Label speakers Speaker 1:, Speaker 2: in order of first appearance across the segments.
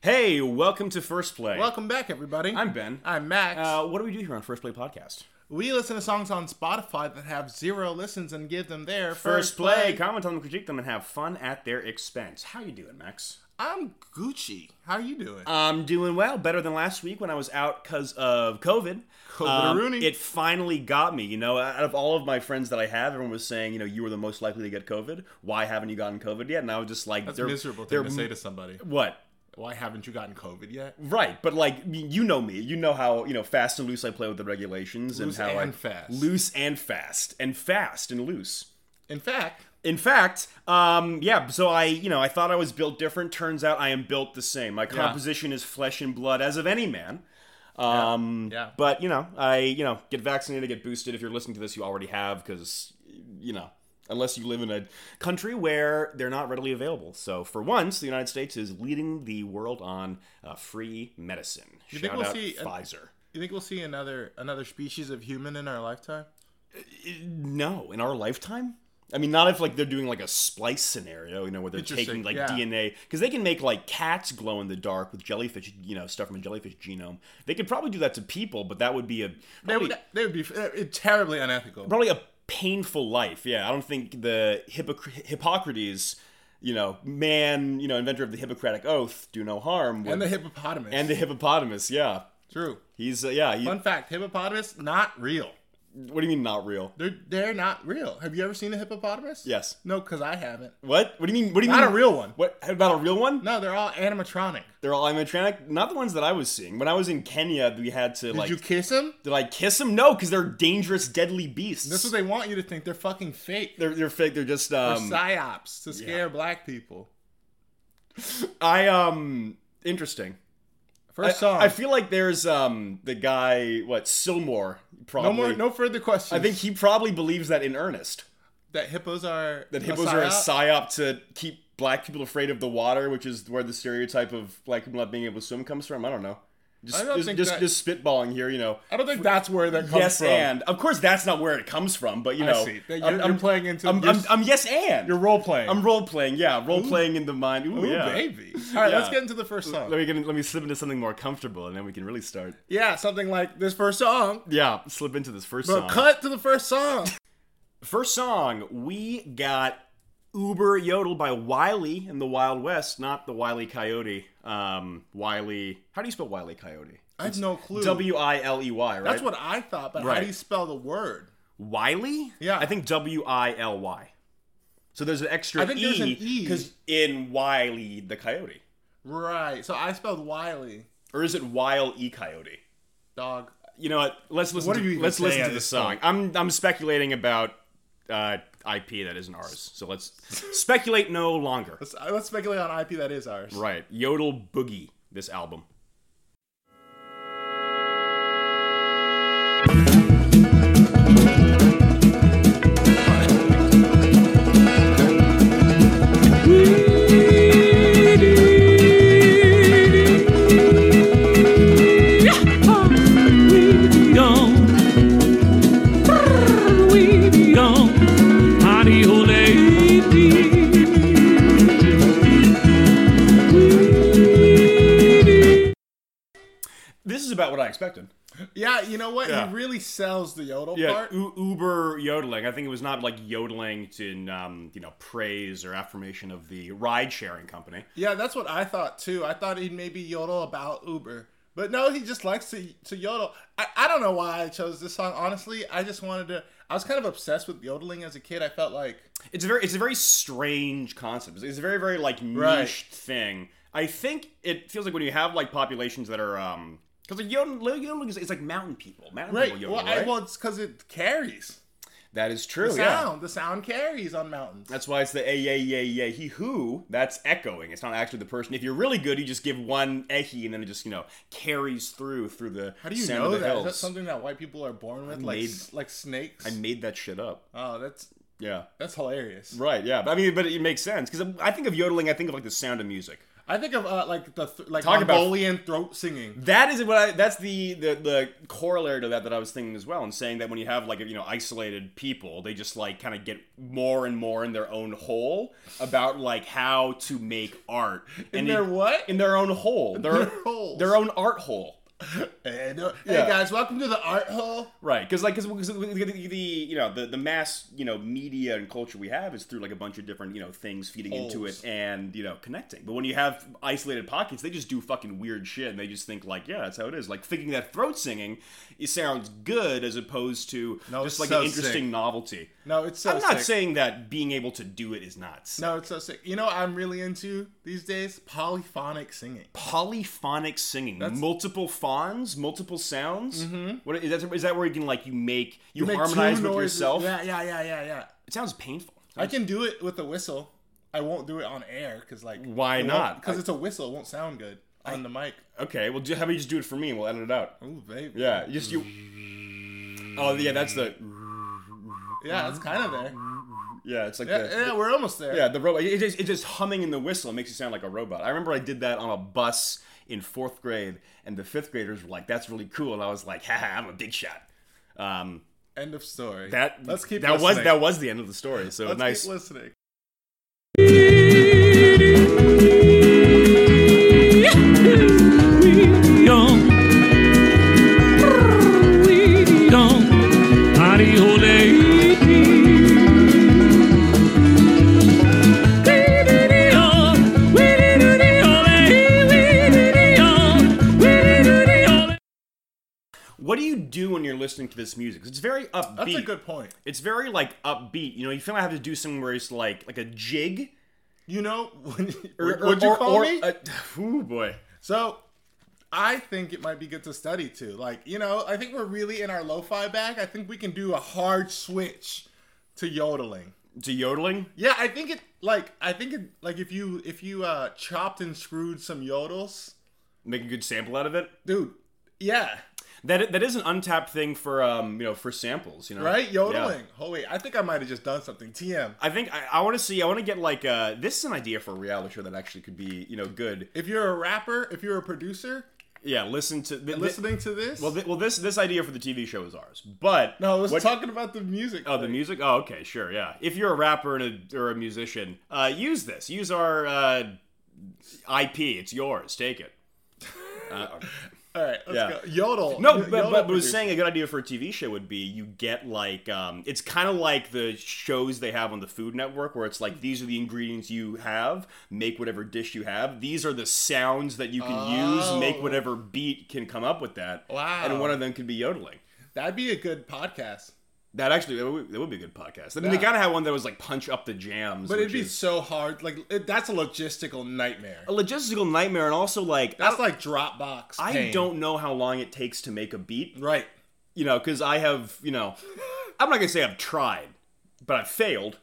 Speaker 1: Hey, welcome to First Play.
Speaker 2: Welcome back, everybody.
Speaker 1: I'm Ben.
Speaker 2: I'm Max.
Speaker 1: Uh, what do we do here on First Play Podcast?
Speaker 2: we listen to songs on Spotify that have zero listens and give them their
Speaker 1: First Play, comment on them, critique them, and have fun at their expense. How you doing, Max?
Speaker 2: I'm Gucci. How are you doing?
Speaker 1: I'm doing well, better than last week when I was out because of COVID. Um,
Speaker 2: COVID-a-rooney.
Speaker 1: it finally got me. You know, out of all of my friends that I have, everyone was saying, you know, you were the most likely to get COVID. Why haven't you gotten COVID yet? And I was just like,
Speaker 2: That's
Speaker 1: they're-
Speaker 2: a miserable
Speaker 1: they're
Speaker 2: thing to say to somebody.
Speaker 1: What?
Speaker 2: Why haven't you gotten COVID yet?
Speaker 1: Right, but like y- you know me, you know how you know fast and loose I play with the regulations
Speaker 2: Loose
Speaker 1: and how I
Speaker 2: and fast.
Speaker 1: loose and fast and fast and loose.
Speaker 2: In fact,
Speaker 1: In fact, um, yeah. So I, you know, I thought I was built different. Turns out I am built the same. My composition is flesh and blood, as of any man. Um,
Speaker 2: Yeah, yeah.
Speaker 1: But you know, I, you know, get vaccinated, get boosted. If you're listening to this, you already have, because you know, unless you live in a country where they're not readily available. So for once, the United States is leading the world on uh, free medicine.
Speaker 2: You think
Speaker 1: Shout
Speaker 2: we'll
Speaker 1: out
Speaker 2: see an-
Speaker 1: Pfizer.
Speaker 2: you think we'll see another another species of human in our lifetime?
Speaker 1: No, in our lifetime. I mean, not if like they're doing like a splice scenario, you know, where they're taking
Speaker 2: Interesting,
Speaker 1: like
Speaker 2: yeah.
Speaker 1: DNA because they can make like cats glow in the dark with jellyfish, you know, stuff from a jellyfish genome. They could probably do that to people, but that would be a
Speaker 2: They
Speaker 1: probably,
Speaker 2: would, they would be uh, terribly unethical.
Speaker 1: probably a painful life. Yeah, I don't think the Hippocr- Hippocrates, you know, man, you know, inventor of the Hippocratic Oath, do no harm, would,
Speaker 2: and the hippopotamus.
Speaker 1: and the hippopotamus. Yeah,
Speaker 2: True.
Speaker 1: he's uh, yeah. He,
Speaker 2: Fun fact: hippopotamus not real.
Speaker 1: what do you mean not real?
Speaker 2: They're they're not real. Have you ever seen a hippopotamus?
Speaker 1: Yes.
Speaker 2: No, because I haven't.
Speaker 1: What? What do you mean? What do you
Speaker 2: Not
Speaker 1: mean?
Speaker 2: a real one.
Speaker 1: What about a real one?
Speaker 2: No, they're all animatronic.
Speaker 1: They're all animatronic. Not the ones that I was seeing. When I was in Kenya, we had to
Speaker 2: Did
Speaker 1: like
Speaker 2: you kiss him?
Speaker 1: did I kiss them? No, because they're dangerous, deadly beasts.
Speaker 2: This is what they want you to think. They're fucking fake.
Speaker 1: they're they're fake. They're just
Speaker 2: They're
Speaker 1: um.
Speaker 2: psyops to scare black people.
Speaker 1: I um. Interesting. I,
Speaker 2: First song.
Speaker 1: I feel like there's um the guy what Silmore probably.
Speaker 2: no more. No further questions.
Speaker 1: I think he probably believes that in earnest.
Speaker 2: that hippos are
Speaker 1: That hippos are a psyop to keep black people afraid of the water, which is where the stereotype of black people not being able to swim comes from. I don't know. Just
Speaker 2: I don't
Speaker 1: just
Speaker 2: think
Speaker 1: just,
Speaker 2: that-
Speaker 1: just spitballing here, you know.
Speaker 2: I don't think that's where that comes
Speaker 1: yes
Speaker 2: from.
Speaker 1: and of course that's not where it comes from but you
Speaker 2: I
Speaker 1: know
Speaker 2: see. That
Speaker 1: I'm-
Speaker 2: You're,
Speaker 1: I'm,
Speaker 2: you're playing into.
Speaker 1: I'm,
Speaker 2: you're,
Speaker 1: I'm, I'm yes and
Speaker 2: you're role playing.
Speaker 1: i'm role playing yeah role playing in the mind ooh,
Speaker 2: Ooh,
Speaker 1: yeah.
Speaker 2: baby. All right, let's
Speaker 1: Yeah.
Speaker 2: get into the first song.
Speaker 1: let me get in, let me slip into something more comfortable and then we can really start
Speaker 2: yeah, something like this first song.
Speaker 1: yeah slip into this first
Speaker 2: But
Speaker 1: song
Speaker 2: cut to the first song.
Speaker 1: first song we got uber yodel by wiley in the wild west not the wiley coyote um wiley how do you spell wiley coyote
Speaker 2: I have no clue.
Speaker 1: w-i-l-e-y E right
Speaker 2: That's what I thought. But how
Speaker 1: Right.
Speaker 2: do you spell the word?
Speaker 1: Wiley?
Speaker 2: Yeah.
Speaker 1: I think W I L Y. So there's an extra
Speaker 2: I think there's an E.
Speaker 1: because in Wiley the coyote,
Speaker 2: Right. So I spelled Wiley.
Speaker 1: or is it Wile E Coyote?
Speaker 2: Dog.
Speaker 1: You know what? Let's listen.
Speaker 2: What
Speaker 1: to,
Speaker 2: are you even
Speaker 1: let's
Speaker 2: saying
Speaker 1: listen
Speaker 2: at
Speaker 1: to the
Speaker 2: this
Speaker 1: song.
Speaker 2: point?
Speaker 1: I'm I'm speculating about uh, IP that isn't ours. So let's speculate no longer.
Speaker 2: Let's, let's speculate on IP that is ours.
Speaker 1: Right. Yodel Boogie. This album. This is about what I expected.
Speaker 2: Yeah, you know what?
Speaker 1: Yeah.
Speaker 2: He really sells the yodel
Speaker 1: Yeah,
Speaker 2: part.
Speaker 1: u- uber yodeling. I think it was not like yodeling to in, um, you know praise or affirmation of the ride sharing company.
Speaker 2: Yeah, that's what I thought too. I thought he'd maybe yodel about Uber. But no, he just likes to, to yodel. I, I don't know why I chose this song. Honestly, I just wanted to. I was kind of obsessed with yodeling as a kid. I felt like.
Speaker 1: It's a very it's a very strange concept. It's- It's a very very like niche
Speaker 2: Right.
Speaker 1: thing. I think it feels like when you have like populations that are um because like yodeling, yodeling is it's like mountain people. Mountain
Speaker 2: Right.
Speaker 1: people yodel,
Speaker 2: Well, I,
Speaker 1: right?
Speaker 2: well it's because it carries.
Speaker 1: that is true.
Speaker 2: The
Speaker 1: yeah.
Speaker 2: sound. The sound carries on mountains.
Speaker 1: That's why it's the a yay yay yay he who. That's echoing. It's not actually the person. If you're really good, you just give one eh he and then it just you know carries through through the.
Speaker 2: How do you
Speaker 1: sound
Speaker 2: know
Speaker 1: of the
Speaker 2: that? Is
Speaker 1: Hills.
Speaker 2: that something that white people are born with? Like
Speaker 1: made-
Speaker 2: s- like snakes?
Speaker 1: I made that shit up.
Speaker 2: oh, that's
Speaker 1: Yeah.
Speaker 2: that's hilarious.
Speaker 1: Right. Yeah. But I mean, but it makes sense because I think of yodeling. I think of like the sound of music.
Speaker 2: I think of uh, like the th- like
Speaker 1: Talk about-
Speaker 2: Mongolian throat singing.
Speaker 1: That is what I. That's the, the the corollary to that that I was thinking as well, and saying that when you have like you know isolated people, they just like kind of get more and more in their own hole about like how to make art
Speaker 2: In
Speaker 1: and
Speaker 2: their
Speaker 1: it-
Speaker 2: what?
Speaker 1: in their own hole, their
Speaker 2: Their holes.
Speaker 1: their own art hole.
Speaker 2: And, uh,
Speaker 1: Yeah.
Speaker 2: Hey guys, welcome to the art hole.
Speaker 1: Right, because like because the, the the, you know the, the mass you know media and culture we have is through like a bunch of different you know things feeding into
Speaker 2: Holes.
Speaker 1: it and you know connecting. But when you have isolated pockets, they just do fucking weird shit and they just think like yeah that's how it is. Like thinking that throat singing it sounds good as opposed to
Speaker 2: No,
Speaker 1: just
Speaker 2: it's
Speaker 1: like
Speaker 2: so
Speaker 1: an interesting
Speaker 2: sick.
Speaker 1: novelty.
Speaker 2: No, it's so
Speaker 1: I'm not
Speaker 2: sick.
Speaker 1: saying that being able to do it is not sick.
Speaker 2: No, it's so sick. You know what I'm really into these days? Polyphonic singing.
Speaker 1: polyphonic singing, multiple fawns, multiple sounds. What- is that? Is that where you can like you make you,
Speaker 2: Make two
Speaker 1: harmonize with
Speaker 2: noises.
Speaker 1: yourself?
Speaker 2: Yeah, yeah, yeah, yeah, yeah.
Speaker 1: It sounds painful.
Speaker 2: I can do it with a whistle. I won't do it on air because like
Speaker 1: Why not?
Speaker 2: Because it's a whistle. It won't sound good on the mic.
Speaker 1: Okay, well, ju- how about you just do it for me and we'll edit it out?
Speaker 2: Ooh, baby.
Speaker 1: Yeah, just you. Oh yeah, that's the
Speaker 2: Yeah, it's kind of there.
Speaker 1: Mm-hmm. yeah. It's like
Speaker 2: Yeah,
Speaker 1: the
Speaker 2: yeah, we're almost there.
Speaker 1: yeah the robot. It just, it just humming in the whistle. It makes you sound like a robot. I remember I did that on a bus in fourth grade, and the fifth graders were like, "That's really cool," and I was like, "Ha ha, I'm a big shot." Um,
Speaker 2: End of story.
Speaker 1: that
Speaker 2: Let's keep
Speaker 1: that was
Speaker 2: listening.
Speaker 1: that was the end of the story. So
Speaker 2: Let's
Speaker 1: nice.
Speaker 2: keep listening.
Speaker 1: What do you do when you're listening to this music? 'Cause It's very upbeat.
Speaker 2: That's a good point.
Speaker 1: It's very like upbeat. You know, you feel I have to do something where it's like like a jig.
Speaker 2: You know, when,
Speaker 1: Or-
Speaker 2: would,
Speaker 1: or-
Speaker 2: would you
Speaker 1: Er, or-
Speaker 2: call
Speaker 1: or
Speaker 2: me?
Speaker 1: a- ooh boy.
Speaker 2: so, I think it might be good to study too. Like, you know, I think we're really in our lo-fi bag. I think we can do a hard switch to yodeling.
Speaker 1: To yodeling.
Speaker 2: Yeah, I think it. Like, I think it. Like, if you if you uh chopped and screwed some yodels,
Speaker 1: make a good sample out of it.
Speaker 2: dude. Yeah,
Speaker 1: That that is an untapped thing for um you know for samples you know
Speaker 2: right.
Speaker 1: Yeah.
Speaker 2: Yodeling. Oh wait, I think I might have just done something. TM.
Speaker 1: I think I, I want to see I want to get like uh this is an idea for a reality show that actually could be you know good
Speaker 2: If you're a rapper, if you're a producer,
Speaker 1: yeah listen to th-
Speaker 2: listening to this.
Speaker 1: well, th- well this this idea for the TV show is ours but
Speaker 2: no, I was
Speaker 1: what-
Speaker 2: talking about the music.
Speaker 1: oh the music oh okay sure yeah if you're a rapper and a or a musician uh use this use our uh IP it's yours take it uh,
Speaker 2: All right, let's
Speaker 1: Yeah.
Speaker 2: go. Yodel.
Speaker 1: No,
Speaker 2: Yo-
Speaker 1: but, but,
Speaker 2: yodel
Speaker 1: but was
Speaker 2: producer.
Speaker 1: saying a good idea for a TV show would be you get like um, it's kind of like the shows they have on the Food Network where it's like these are the ingredients you have, make whatever dish you have. These are the sounds that you can use,
Speaker 2: Oh.
Speaker 1: make whatever beat can come up with that.
Speaker 2: Wow.
Speaker 1: And one of them could be yodeling.
Speaker 2: that'd be a good podcast.
Speaker 1: That actually that would, that would be a good podcast. I mean,
Speaker 2: Yeah.
Speaker 1: they gotta have one that was like punch up the jams,
Speaker 2: But
Speaker 1: which
Speaker 2: it'd be
Speaker 1: is
Speaker 2: so hard. Like it, that's a logistical nightmare.
Speaker 1: a logistical nightmare, and also like I,
Speaker 2: That's like Dropbox.
Speaker 1: I
Speaker 2: pain.
Speaker 1: don't know how long it takes to make a beat.
Speaker 2: Right.
Speaker 1: you know, because I have, you know, I'm not gonna say I've tried, but I've failed.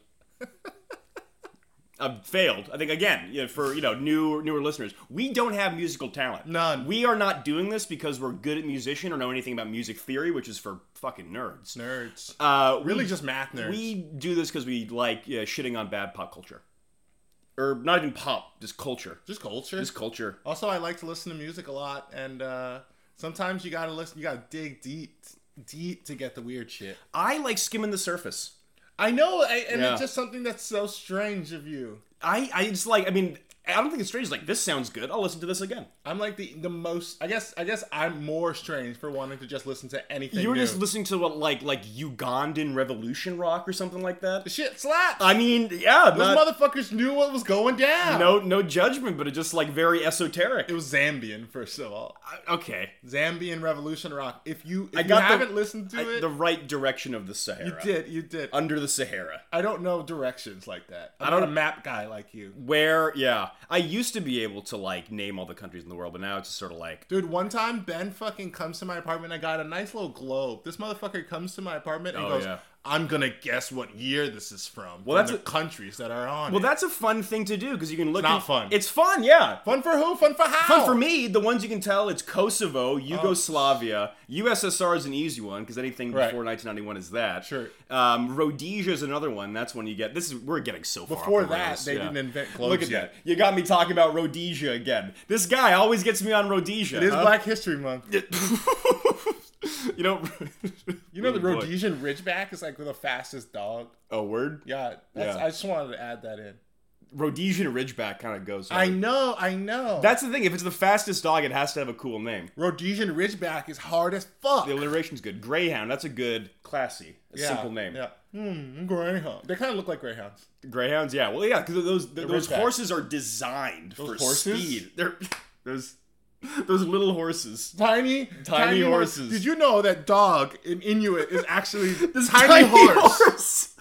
Speaker 1: I've failed. I think again you know, for you know new newer listeners, we don't have musical talent.
Speaker 2: None.
Speaker 1: We are not doing this because we're good at musician or know anything about music theory, which is for fucking nerds.
Speaker 2: Nerds.
Speaker 1: Uh,
Speaker 2: really,
Speaker 1: we,
Speaker 2: just math nerds.
Speaker 1: we do this because we like yeah, shitting on bad pop culture, or not even pop, just culture,
Speaker 2: just culture.
Speaker 1: just culture.
Speaker 2: also, I like to listen to music a lot, and uh, sometimes you gotta listen. You gotta dig deep, deep to get the weird shit.
Speaker 1: I like skimming the surface.
Speaker 2: I know, I, and
Speaker 1: Yeah.
Speaker 2: it's just something that's so strange of you.
Speaker 1: I I just like I mean I don't think it's strange. Like this sounds good. I'll listen to this again.
Speaker 2: I'm like the the most. I guess. I guess I'm more strange for wanting to just listen to anything.
Speaker 1: You were
Speaker 2: new.
Speaker 1: just listening to what, like like Ugandan revolution rock or something like that.
Speaker 2: The shit slaps.
Speaker 1: I mean, yeah,
Speaker 2: Those
Speaker 1: not-
Speaker 2: motherfuckers knew what was going down.
Speaker 1: no no judgment, but it's just like very esoteric.
Speaker 2: it was Zambian. First of all,
Speaker 1: okay,
Speaker 2: Zambian Revolution Rock. If you if
Speaker 1: I got
Speaker 2: you
Speaker 1: the-
Speaker 2: haven't listened to
Speaker 1: I-
Speaker 2: it,
Speaker 1: the right direction of the Sahara.
Speaker 2: you did. You did.
Speaker 1: under the Sahara.
Speaker 2: I don't know directions like that. I'm I
Speaker 1: I
Speaker 2: am
Speaker 1: don't-
Speaker 2: not a map guy like you,
Speaker 1: Where, yeah, I used to be able to like name all the countries in the world, but now it's just sort of like
Speaker 2: dude. One time Ben fucking comes to my apartment. I got a nice little globe. This motherfucker comes to my apartment and
Speaker 1: Oh,
Speaker 2: goes,
Speaker 1: yeah.
Speaker 2: I'm gonna guess what year this is from.
Speaker 1: Well,
Speaker 2: from
Speaker 1: that's
Speaker 2: the
Speaker 1: a-
Speaker 2: countries that are on.
Speaker 1: Well,
Speaker 2: it.
Speaker 1: that's a fun thing to do because you can look.
Speaker 2: Not
Speaker 1: and-
Speaker 2: fun.
Speaker 1: It's fun, yeah.
Speaker 2: fun for who? Fun for how? Oh.
Speaker 1: Fun for me, the ones you can tell it's Kosovo, Yugoslavia, USSR is an easy one because anything
Speaker 2: Right.
Speaker 1: before 1991 is that.
Speaker 2: Sure.
Speaker 1: Um, Rhodesia is another one. That's when you get this is we're getting so far
Speaker 2: Before
Speaker 1: off the
Speaker 2: that,
Speaker 1: rails,
Speaker 2: they
Speaker 1: yeah.
Speaker 2: didn't invent clothes
Speaker 1: Look at
Speaker 2: yet.
Speaker 1: that. You got me talking about Rhodesia again. This guy always gets me on Rhodesia.
Speaker 2: It is
Speaker 1: huh?
Speaker 2: Black History Month.
Speaker 1: you know.
Speaker 2: You know the
Speaker 1: Oh, boy.
Speaker 2: Rhodesian Ridgeback is like the fastest dog.
Speaker 1: Oh, word.
Speaker 2: Yeah, that's,
Speaker 1: Yeah.
Speaker 2: I just wanted to add that in.
Speaker 1: Rhodesian Ridgeback kind of goes.
Speaker 2: I
Speaker 1: hard.
Speaker 2: know, I know.
Speaker 1: That's the thing. If it's the fastest dog, it has to have a cool name.
Speaker 2: Rhodesian Ridgeback is hard as fuck.
Speaker 1: The alliteration's good. Greyhound. That's a good, classy,
Speaker 2: Yeah,
Speaker 1: simple name.
Speaker 2: Yeah. Hmm, greyhound. They kind of look like greyhounds.
Speaker 1: Greyhounds, yeah. Well, yeah, because those th- those
Speaker 2: ridgebacks.
Speaker 1: horses are designed for
Speaker 2: horses?
Speaker 1: speed. They're those those little horses.
Speaker 2: Tiny, tiny, hor-
Speaker 1: horses.
Speaker 2: Did you know that dog in Inuit is actually
Speaker 1: This
Speaker 2: tiny, horse?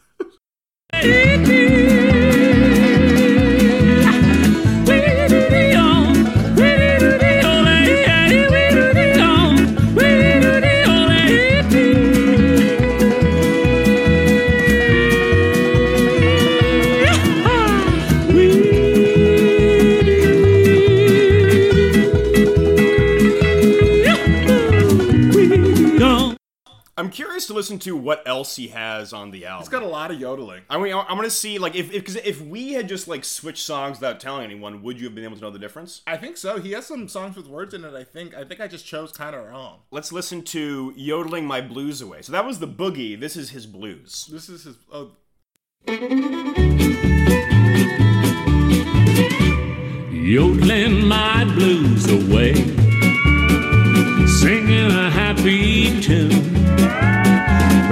Speaker 1: I'm curious to listen to what else he has on the album.
Speaker 2: It's got a lot of yodeling.
Speaker 1: I mean, I- I'm gonna see like if if, 'cause if we had just like switched songs without telling anyone, would you have been able to know the difference?
Speaker 2: I think so. He has some songs with words in it. I think. I think I just chose kind of wrong.
Speaker 1: Let's listen to "Yodeling My Blues Away." So that was the boogie. This is his blues.
Speaker 2: This is his. Oh,
Speaker 3: yodeling my blues away, singing a happy tune,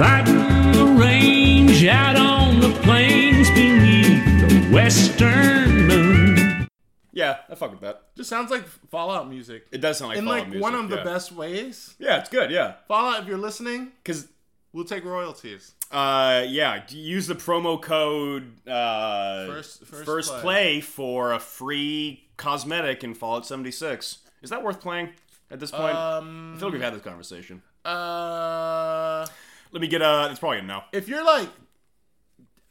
Speaker 3: riding the range out on the plains beneath the western moon.
Speaker 1: Yeah, I fuck with that.
Speaker 2: just sounds like Fallout music.
Speaker 1: It does sound like
Speaker 2: in
Speaker 1: Fallout
Speaker 2: like
Speaker 1: music,
Speaker 2: one of
Speaker 1: yeah.
Speaker 2: the best ways.
Speaker 1: Yeah, it's good. Yeah,
Speaker 2: Fallout, if you're listening,
Speaker 1: because
Speaker 2: we'll take royalties.
Speaker 1: Uh, yeah. d- Use the promo code uh,
Speaker 2: First- first
Speaker 1: play.
Speaker 2: play.
Speaker 1: for a free cosmetic in Fallout 76. Is that worth playing at this point? I
Speaker 2: Um.
Speaker 1: feel like we've had this conversation.
Speaker 2: Uh.
Speaker 1: Let me get a. It's probably a no.
Speaker 2: If you're like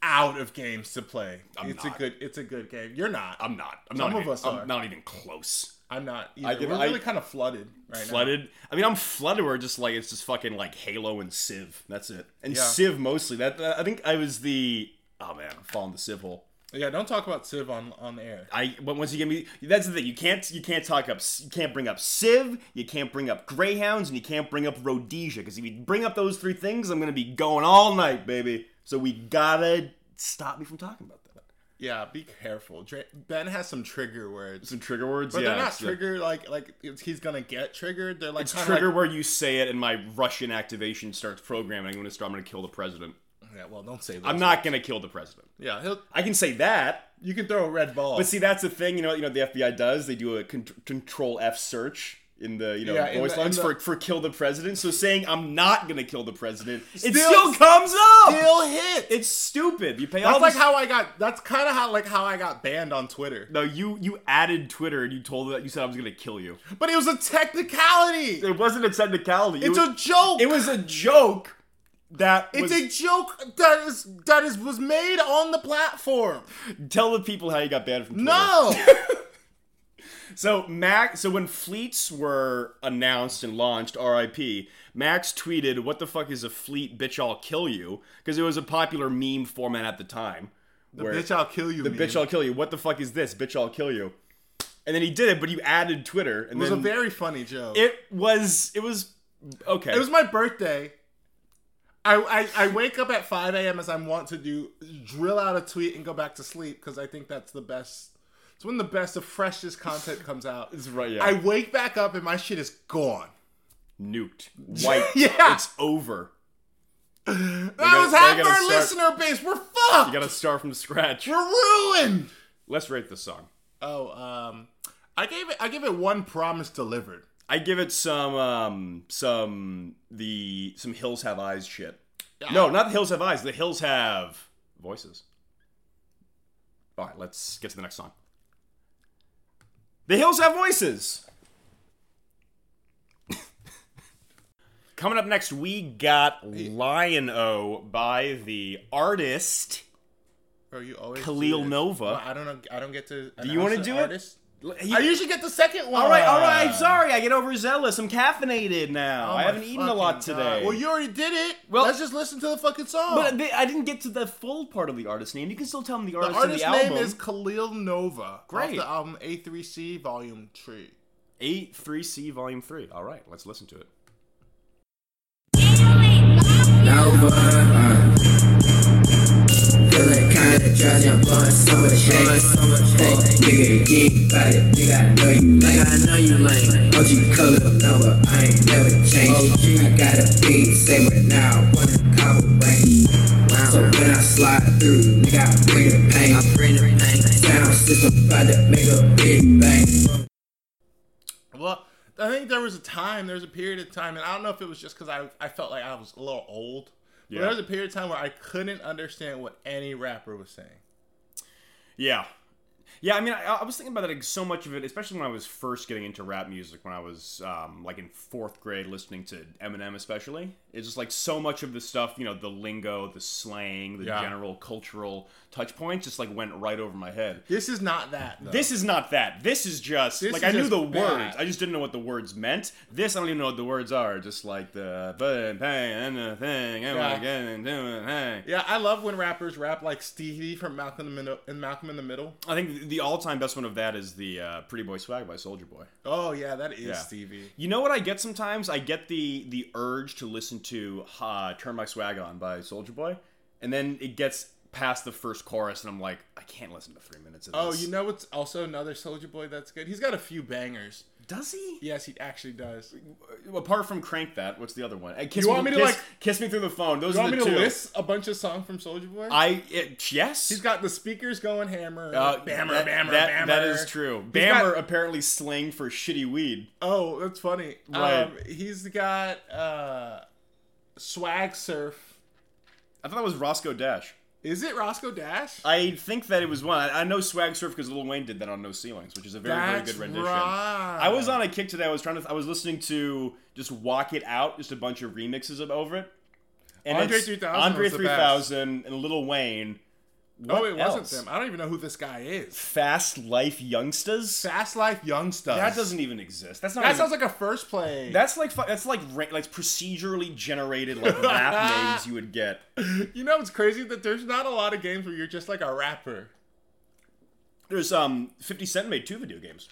Speaker 2: out of games to play,
Speaker 1: I'm
Speaker 2: it's
Speaker 1: not.
Speaker 2: a good. It's a good game. You're not.
Speaker 1: I'm not. I'm
Speaker 2: Some
Speaker 1: not
Speaker 2: of
Speaker 1: even,
Speaker 2: us
Speaker 1: I'm
Speaker 2: are.
Speaker 1: not even close.
Speaker 2: I'm not. Either.
Speaker 1: did-
Speaker 2: We're
Speaker 1: I-
Speaker 2: really kind of flooded right now.
Speaker 1: Flooded. I mean, I'm flooded. Where just like it's just fucking like Halo and Civ. That's it. And
Speaker 2: Yeah.
Speaker 1: Civ mostly. That that- I think I was the. Oh man, I'm falling the Civ hole.
Speaker 2: Yeah, don't talk about Civ on on the air.
Speaker 1: I but once you give me that's the thing you can't you can't talk up you can't bring up Civ you can't bring up Greyhounds and you can't bring up Rhodesia because if you bring up those three things I'm gonna be going all night baby so we gotta stop me from talking about that
Speaker 2: Yeah, be careful. Dra- ben has some trigger words,
Speaker 1: some trigger words
Speaker 2: but
Speaker 1: yeah
Speaker 2: they're not
Speaker 1: it's the-
Speaker 2: trigger like like it's, he's gonna get triggered. They're like
Speaker 1: it's
Speaker 2: kinda
Speaker 1: trigger
Speaker 2: like-
Speaker 1: where you say it and my Russian activation starts programming I'm gonna start I'm gonna kill the president
Speaker 2: yeah, well, don't say that.
Speaker 1: I'm not gonna kill the president
Speaker 2: Yeah, he'll,
Speaker 1: I can say that
Speaker 2: you can throw a red ball.
Speaker 1: but see that's the thing you know you know what the FBI does they do a con- control F search in the you know
Speaker 2: Yeah, in
Speaker 1: voice
Speaker 2: the- in
Speaker 1: lines
Speaker 2: the-
Speaker 1: for for kill the president. So saying I'm not gonna kill the president, it
Speaker 2: Still-
Speaker 1: still comes up.
Speaker 2: still hit.
Speaker 1: it's stupid. You pay all
Speaker 2: that's like
Speaker 1: this-
Speaker 2: how I got. That's kind of how like how I got banned on Twitter.
Speaker 1: No, you you added Twitter and you told that you said I was gonna kill you.
Speaker 2: But it was a technicality.
Speaker 1: It wasn't a technicality.
Speaker 2: It's
Speaker 1: it was,
Speaker 2: a joke.
Speaker 1: it was a joke that
Speaker 2: It's
Speaker 1: was,
Speaker 2: a joke that is that is was made on the platform.
Speaker 1: tell the people how you got banned from Twitter.
Speaker 2: No,
Speaker 1: So Max, so when fleets were announced and launched, RIP, Max tweeted, "What the fuck is a fleet, bitch? I'll kill you," because it was a popular meme format at the time. The
Speaker 2: bitch, I'll kill you.
Speaker 1: the bitch, I'll kill you. What the fuck is this, bitch? I'll kill you. And then he did it, but you added Twitter, and
Speaker 2: It was a
Speaker 1: then
Speaker 2: very funny joke. It,
Speaker 1: it was it was okay.
Speaker 2: was my birthday. I, I, I wake up at 5 a.m. as I want to do, drill out a tweet and go back to sleep because I think that's the best. It's when the best, the freshest content comes out.
Speaker 1: It's right, yeah.
Speaker 2: I wake back up and my shit is gone.
Speaker 1: nuked, white.
Speaker 2: Yeah.
Speaker 1: it's over.
Speaker 2: that was
Speaker 1: they
Speaker 2: half
Speaker 1: gotta
Speaker 2: our
Speaker 1: start-
Speaker 2: listener base. We're fucked.
Speaker 1: You gotta start from scratch.
Speaker 2: We're ruined.
Speaker 1: Let's rate this song.
Speaker 2: Oh, um, I gave it. I give it one promise delivered.
Speaker 1: I give it some um some the some hills have eyes shit. No, not the hills have eyes. The hills have voices. All right, let's get to the next song. The hills have voices. Coming up next, we got Lion O by the artist.
Speaker 2: Bro, you always
Speaker 1: Khalil
Speaker 2: do this.
Speaker 1: Nova.
Speaker 2: Well, I don't know. I don't get to. Do
Speaker 1: you wanna
Speaker 2: want to
Speaker 1: do it?
Speaker 2: I usually get the second one.
Speaker 1: All right, all right. Sorry, I get overzealous. I'm caffeinated now.
Speaker 2: Oh
Speaker 1: I
Speaker 2: my
Speaker 1: haven't eaten a lot
Speaker 2: fucking
Speaker 1: today.
Speaker 2: God. Well, you already did it.
Speaker 1: Well-
Speaker 2: Well, let's just listen to the fucking song.
Speaker 1: But they- I didn't get to the full part of the artist name. You can still tell me the
Speaker 2: the
Speaker 1: artist,
Speaker 2: artist's
Speaker 1: of the
Speaker 2: name
Speaker 1: album.
Speaker 2: is Khalil Nova.
Speaker 1: Great.
Speaker 2: Off the album A3C Volume Three.
Speaker 1: 83C Volume 3. All right, let's listen to it.
Speaker 4: Nova, uh. Feel like kinda judging, but so much shake. Hey, nigga, geek about it, nigga, I know you lame. I know you lame. Oh. OG color, Nova, I ain't never changed. I got a big saber, now I wanna cobble brain. So when I slide through, nigga, I bring the pain. I bring the pain. Sound system, about to make a big bang.
Speaker 2: Well, I think there was a time, there was a period of time, and I don't know if it was just because I, I felt like I was a little old. But
Speaker 1: Yeah.
Speaker 2: there was a period of time where I couldn't understand what any rapper was saying.
Speaker 1: Yeah. Yeah, I mean, I, I was thinking about that like, so much of it, especially when I was first getting into rap music, when I was um, like in fourth grade, listening to Eminem, especially. It's just like so much of the stuff, you know, the lingo, the slang, the
Speaker 2: Yeah.
Speaker 1: general cultural touch points, just like went right over my head.
Speaker 2: This is not that. Though.
Speaker 1: This is not that. This is just
Speaker 2: This
Speaker 1: like
Speaker 2: is
Speaker 1: I knew
Speaker 2: just
Speaker 1: the
Speaker 2: bad.
Speaker 1: words. I just didn't know what the words meant. This I don't even know what the words are. Just like the but and the thing and
Speaker 2: Yeah.
Speaker 1: again and doing hey.
Speaker 2: Yeah, I love when rappers rap like Stevie from Malcolm in the Middle and Malcolm in the Middle.
Speaker 1: I think the all-time best one of that is the uh, Pretty Boy Swag by Soldier Boy.
Speaker 2: Oh yeah, that is
Speaker 1: Yeah.
Speaker 2: Stevie.
Speaker 1: You know what I get sometimes? I get the the urge to listen to uh, "Turn My Swag On" by Soldier Boy, and then it gets past the first chorus, and I'm like, I can't listen to three minutes of this.
Speaker 2: Oh, you know what's also another Soldier Boy that's good? He's got a few bangers.
Speaker 1: does he?
Speaker 2: Yes, he actually does.
Speaker 1: Apart from "Crank That," what's the other one? Uh, Kiss
Speaker 2: You want me to,
Speaker 1: Kiss-
Speaker 2: like-
Speaker 1: kiss me through the phone? Those
Speaker 2: You
Speaker 1: are
Speaker 2: want
Speaker 1: the
Speaker 2: me to
Speaker 1: two.
Speaker 2: list a bunch of songs from Soldier Boy?
Speaker 1: I it, yes.
Speaker 2: He's got the speakers going hammer,
Speaker 1: Uh,
Speaker 2: bammer,
Speaker 1: that-
Speaker 2: bammer,
Speaker 1: that-
Speaker 2: bammer.
Speaker 1: That is true.
Speaker 2: He's got-
Speaker 1: Bammer apparently slang for shitty weed.
Speaker 2: Oh, that's funny.
Speaker 1: Right.
Speaker 2: Um, he's got uh, swag surf.
Speaker 1: I thought that was Roscoe Dash.
Speaker 2: Is it Roscoe Dash?
Speaker 1: I think that it was one. I, I know Swag Surf because Lil Wayne did that on No Ceilings, which is a very
Speaker 2: That's
Speaker 1: very good rendition.
Speaker 2: right.
Speaker 1: I was on a kick today. I was trying to. I was listening to just "Walk It Out," just a bunch of remixes of over it. And
Speaker 2: Andre
Speaker 1: it's
Speaker 2: 3000
Speaker 1: Andre
Speaker 2: was the best.
Speaker 1: 3000, and Lil Wayne. What
Speaker 2: oh, it
Speaker 1: else?
Speaker 2: wasn't them. I don't even know who this guy is.
Speaker 1: Fast Life Youngsters.
Speaker 2: Fast Life Young Stuff.
Speaker 1: that doesn't even exist. That's not.
Speaker 2: That
Speaker 1: even-
Speaker 2: sounds like a first play.
Speaker 1: That's like fu- that's like ra- like procedurally generated like rap names you would get.
Speaker 2: you know, it's crazy that there's not a lot of games where you're just like a rapper.
Speaker 1: There's um 50 Cent made two video games.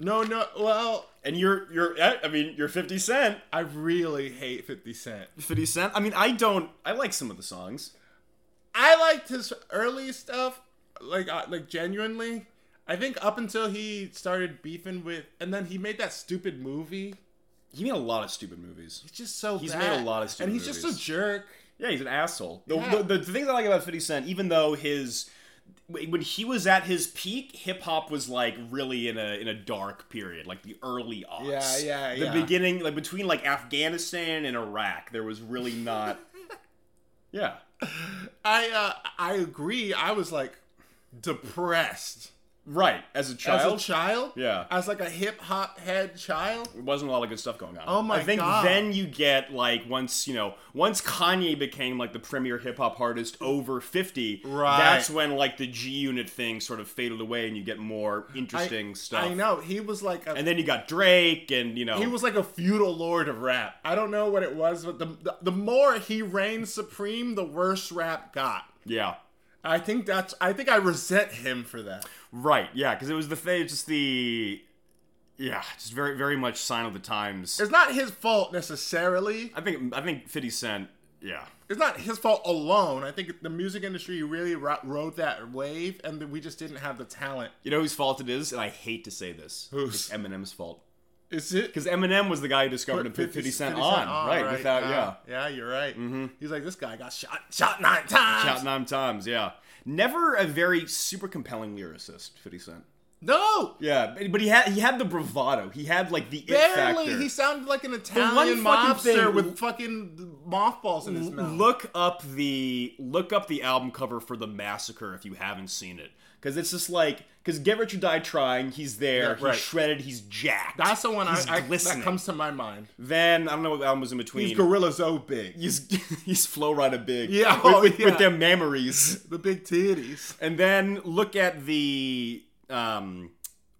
Speaker 2: No, no. Well,
Speaker 1: And you're you're I I mean you're 50 Cent.
Speaker 2: I really hate 50 Cent.
Speaker 1: 50 Cent. I mean I don't I like some of the songs.
Speaker 2: I liked his early stuff, like uh, like genuinely. I think up until he started beefing with, and then he made that stupid movie.
Speaker 1: He made a lot of stupid movies.
Speaker 2: It's just so
Speaker 1: He's
Speaker 2: bad.
Speaker 1: made a lot of stupid
Speaker 2: and he's just
Speaker 1: movies.
Speaker 2: a jerk.
Speaker 1: Yeah, he's an asshole. The,
Speaker 2: Yeah.
Speaker 1: the, the things I like about 50 Cent, even though his when he was at his peak, hip hop was like really in a in a dark period, like the early aughts.
Speaker 2: Yeah, yeah,
Speaker 1: The
Speaker 2: yeah.
Speaker 1: beginning, like between like Afghanistan and Iraq, there was really not. yeah,
Speaker 2: I uh, I agree. I was like depressed
Speaker 1: right. As a child,
Speaker 2: as a child.
Speaker 1: Yeah.
Speaker 2: as like a hip hop head child.
Speaker 1: There wasn't a lot of good stuff going on.
Speaker 2: Oh my
Speaker 1: I think
Speaker 2: God.
Speaker 1: then you get like once you know once Kanye became like the premier hip hop artist over fifty.
Speaker 2: Right.
Speaker 1: That's when like the G Unit thing sort of faded away, and you get more interesting stuff.
Speaker 2: I know he was like a
Speaker 1: And then oh. you got Drake, and you know
Speaker 2: he was like a feudal lord of rap. I don't know what it was, but the the, the more he reigned supreme, the worse rap got.
Speaker 1: yeah.
Speaker 2: I think that's. I think I resent him for that.
Speaker 1: Right, yeah, because it was the thing, it's just the, yeah, just very, very much sign of the times.
Speaker 2: It's not his fault necessarily.
Speaker 1: I think, I think Fifty Cent, yeah,
Speaker 2: It's not his fault alone. I think the music industry really ro- rode that wave, and we just didn't have the talent.
Speaker 1: you know whose fault it is, and I hate to say this,
Speaker 2: Whose?
Speaker 1: it's Eminem's fault.
Speaker 2: Is it?
Speaker 1: Because Eminem was the guy who discovered to put 50, Cent on, right, Without yeah, Mm-hmm.
Speaker 2: yeah, you're right. He's like, this guy got shot, shot nine times.
Speaker 1: Count nine times, yeah. Never a very super compelling lyricist, Fifty Cent.
Speaker 2: No,
Speaker 1: Yeah, but- but he had he had the bravado. He had like the it
Speaker 2: barely.
Speaker 1: factor.
Speaker 2: He sounded like an
Speaker 1: one fucking
Speaker 2: Italian mobster
Speaker 1: thing-
Speaker 2: with fucking mothballs in his mouth.
Speaker 1: look up the look up the album cover for the massacre if you haven't seen it because it's just like because get rich or die trying he's there
Speaker 2: Yeah, right.
Speaker 1: he's shredded he's jacked
Speaker 2: that's the one I,
Speaker 1: he's
Speaker 2: I that
Speaker 1: glistening.
Speaker 2: comes to my mind.
Speaker 1: then i don't know what album was in between
Speaker 2: He's gorillas so big,
Speaker 1: he's, he's flow rider big
Speaker 2: Yeah,
Speaker 1: with,
Speaker 2: oh,
Speaker 1: with,
Speaker 2: yeah.
Speaker 1: with their memories
Speaker 2: the big titties.
Speaker 1: and then look at the um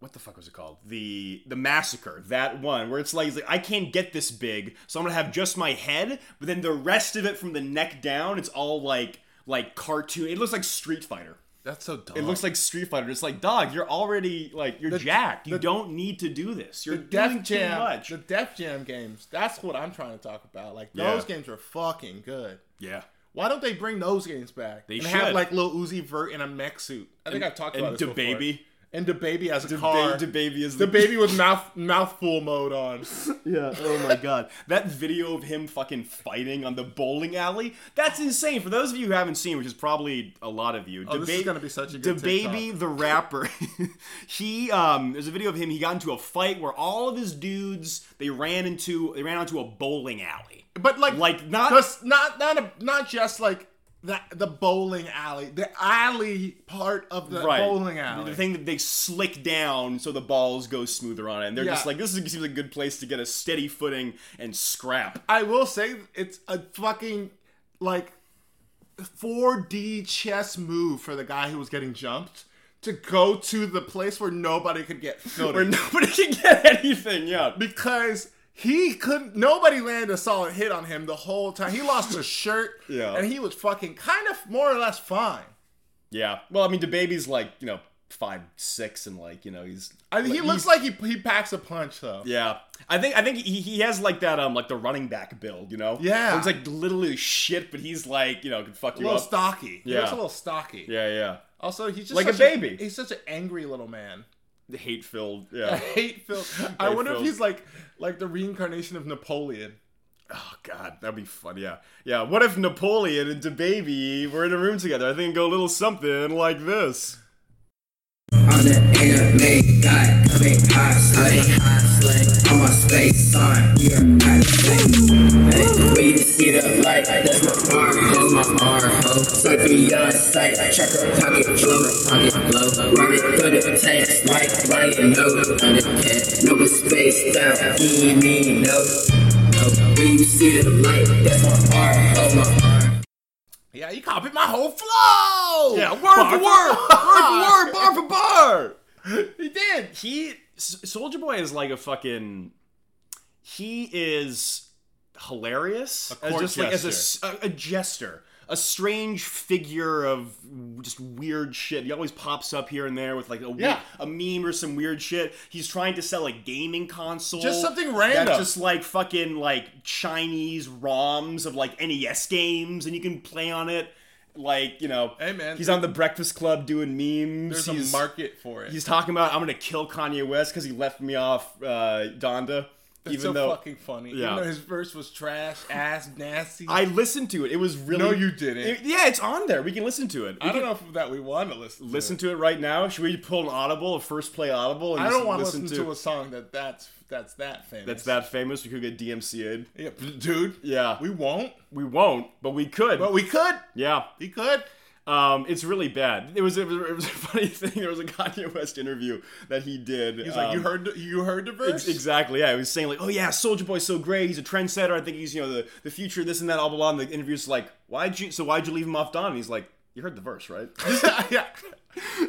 Speaker 1: what the fuck was it called? The the massacre, that one where it's like, he's like I can't get this big, so I'm gonna have just my head, but then the rest of it from the neck down, it's all like like cartoon. It looks like Street Fighter.
Speaker 2: That's so dumb.
Speaker 1: It looks like Street Fighter. It's like, dog, you're already like you're jacked. You
Speaker 2: Uh-huh. the-
Speaker 1: don't need to do this. You're
Speaker 2: the
Speaker 1: doing
Speaker 2: Def
Speaker 1: too
Speaker 2: Jam,
Speaker 1: much.
Speaker 2: the Def Jam games. That's what I'm trying to talk about. Like
Speaker 1: Yeah.
Speaker 2: those games are fucking good.
Speaker 1: yeah.
Speaker 2: Why don't they bring those games back?
Speaker 1: They
Speaker 2: and have
Speaker 1: should.
Speaker 2: like Lil Uzi Vert in a mech suit. I think I've talked
Speaker 1: and
Speaker 2: about this before.
Speaker 1: DaBaby.
Speaker 2: And the baby as a car.
Speaker 1: Da baby is
Speaker 2: the baby with mouth mouthful mode on.
Speaker 1: Yeah. Oh my god. That video of him fucking fighting on the bowling alley. That's insane. For those of you who haven't seen, which is probably a lot of you.
Speaker 2: Oh, this is
Speaker 1: DaBa-
Speaker 2: gonna be such a good
Speaker 1: DaBaby the rapper. he um there's a video of him he got into a fight where all of his dudes they ran into they ran onto a bowling alley.
Speaker 2: But like,
Speaker 1: Like, not-
Speaker 2: just not not a, not just like the the bowling alley, the alley part of the bowling alley.
Speaker 1: The thing that they slick down so the balls go smoother on it. And they're just
Speaker 2: Yeah.
Speaker 1: like, this is, seems like a good place to get a steady footing and scrap.
Speaker 2: I will say it's a fucking like 4D chess move for the guy who was getting jumped to go to the place where nobody could get
Speaker 1: Where
Speaker 2: filled
Speaker 1: nobody can get anything, yeah.
Speaker 2: because he couldn't nobody landed a solid hit on him the whole time. He lost his shirt
Speaker 1: Yeah.
Speaker 2: and he was fucking kind of more or less fine.
Speaker 1: Yeah. Well, I mean, DeBaby's like, you know, five, six, and like, you know, he's.
Speaker 2: I mean, he looks like he he packs a punch though.
Speaker 1: Yeah. I think I think he, he has like that um like the running back build, you know?
Speaker 2: Yeah.
Speaker 1: Where It's like little as shit, but he's like, you know, could fuck
Speaker 2: A
Speaker 1: you
Speaker 2: little
Speaker 1: up.
Speaker 2: stocky. He
Speaker 1: Yeah.
Speaker 2: looks a little stocky.
Speaker 1: yeah, yeah.
Speaker 2: Also, he's just
Speaker 1: Like a
Speaker 2: such
Speaker 1: baby.
Speaker 2: he's such an angry little man.
Speaker 1: Hate filled.
Speaker 2: I
Speaker 1: Yeah.
Speaker 2: hate Phil. I wonder
Speaker 1: Phil.
Speaker 2: if he's like like the reincarnation of Napoleon.
Speaker 1: Oh God, that'd be fun. Yeah, yeah. What if Napoleon and DeBaby were in a room together? I think it'd go a little something like this.
Speaker 4: I'm the anime guy, coming hot sling. On my space sign, you're not sling. When you see the light, that's my arm, that's my arm, ho. Suck me on sight, check her pocket flow, pocket flow. Rocket through the tanks, like Ryan, no, undercat. No space down, he me, no. no. When you see the light, that's my arm, oh my arm.
Speaker 2: Yeah, you copied my whole flow.
Speaker 1: Yeah, word for word, word for word, bar for bar.
Speaker 2: He did.
Speaker 1: He Soldier Boy is like a fucking. He is hilarious
Speaker 2: A court
Speaker 1: as just like as a s- a, a jester, a strange figure of just weird shit. He always pops up here and there with like a we-
Speaker 2: Yeah.
Speaker 1: a meme or some weird shit. He's trying to sell a gaming console,
Speaker 2: Just something
Speaker 1: That's
Speaker 2: random.
Speaker 1: just like fucking like Chinese ROMs of like NES games, and you can play on it. Like you know,
Speaker 2: Hey, man.
Speaker 1: he's on the Breakfast Club doing memes.
Speaker 2: There's
Speaker 1: he's,
Speaker 2: a market for it.
Speaker 1: He's talking about I'm gonna kill Kanye West because he left me off uh, Donda,
Speaker 2: That's
Speaker 1: even
Speaker 2: so
Speaker 1: though
Speaker 2: fucking funny.
Speaker 1: Yeah.
Speaker 2: Even though his verse was trash, ass, nasty.
Speaker 1: I listened to it. It was really
Speaker 2: No, you didn't.
Speaker 1: It- yeah, it's on there. We can listen to it. We
Speaker 2: I
Speaker 1: can
Speaker 2: don't know if that we want to listen.
Speaker 1: listen
Speaker 2: To
Speaker 1: to it right now. Should we pull an audible, a first play audible? And
Speaker 2: I
Speaker 1: just
Speaker 2: don't want to listen to a song that that's that's that famous.
Speaker 1: that's that famous. We could get DMCA'd.
Speaker 2: Yeah, p- dude.
Speaker 1: Yeah,
Speaker 2: We won't,
Speaker 1: we won't, but we could.
Speaker 2: but we could.
Speaker 1: yeah.
Speaker 2: We could.
Speaker 1: Um, it's really bad. It was, it was it was a funny thing. There was a Kanye West interview that he did.
Speaker 2: He's like, you
Speaker 1: um,
Speaker 2: heard, the, you heard the
Speaker 1: Ex-
Speaker 2: verse.
Speaker 1: Exactly. Yeah, he was saying like, "Oh yeah, Soldier Boy's so great. He's a trendsetter. I think he's you know the, the future, this and that, all blah blah." And the interview's like, "Why'd you? So why'd you leave him off Don?" And he's like, "You heard the verse, right?"
Speaker 2: yeah.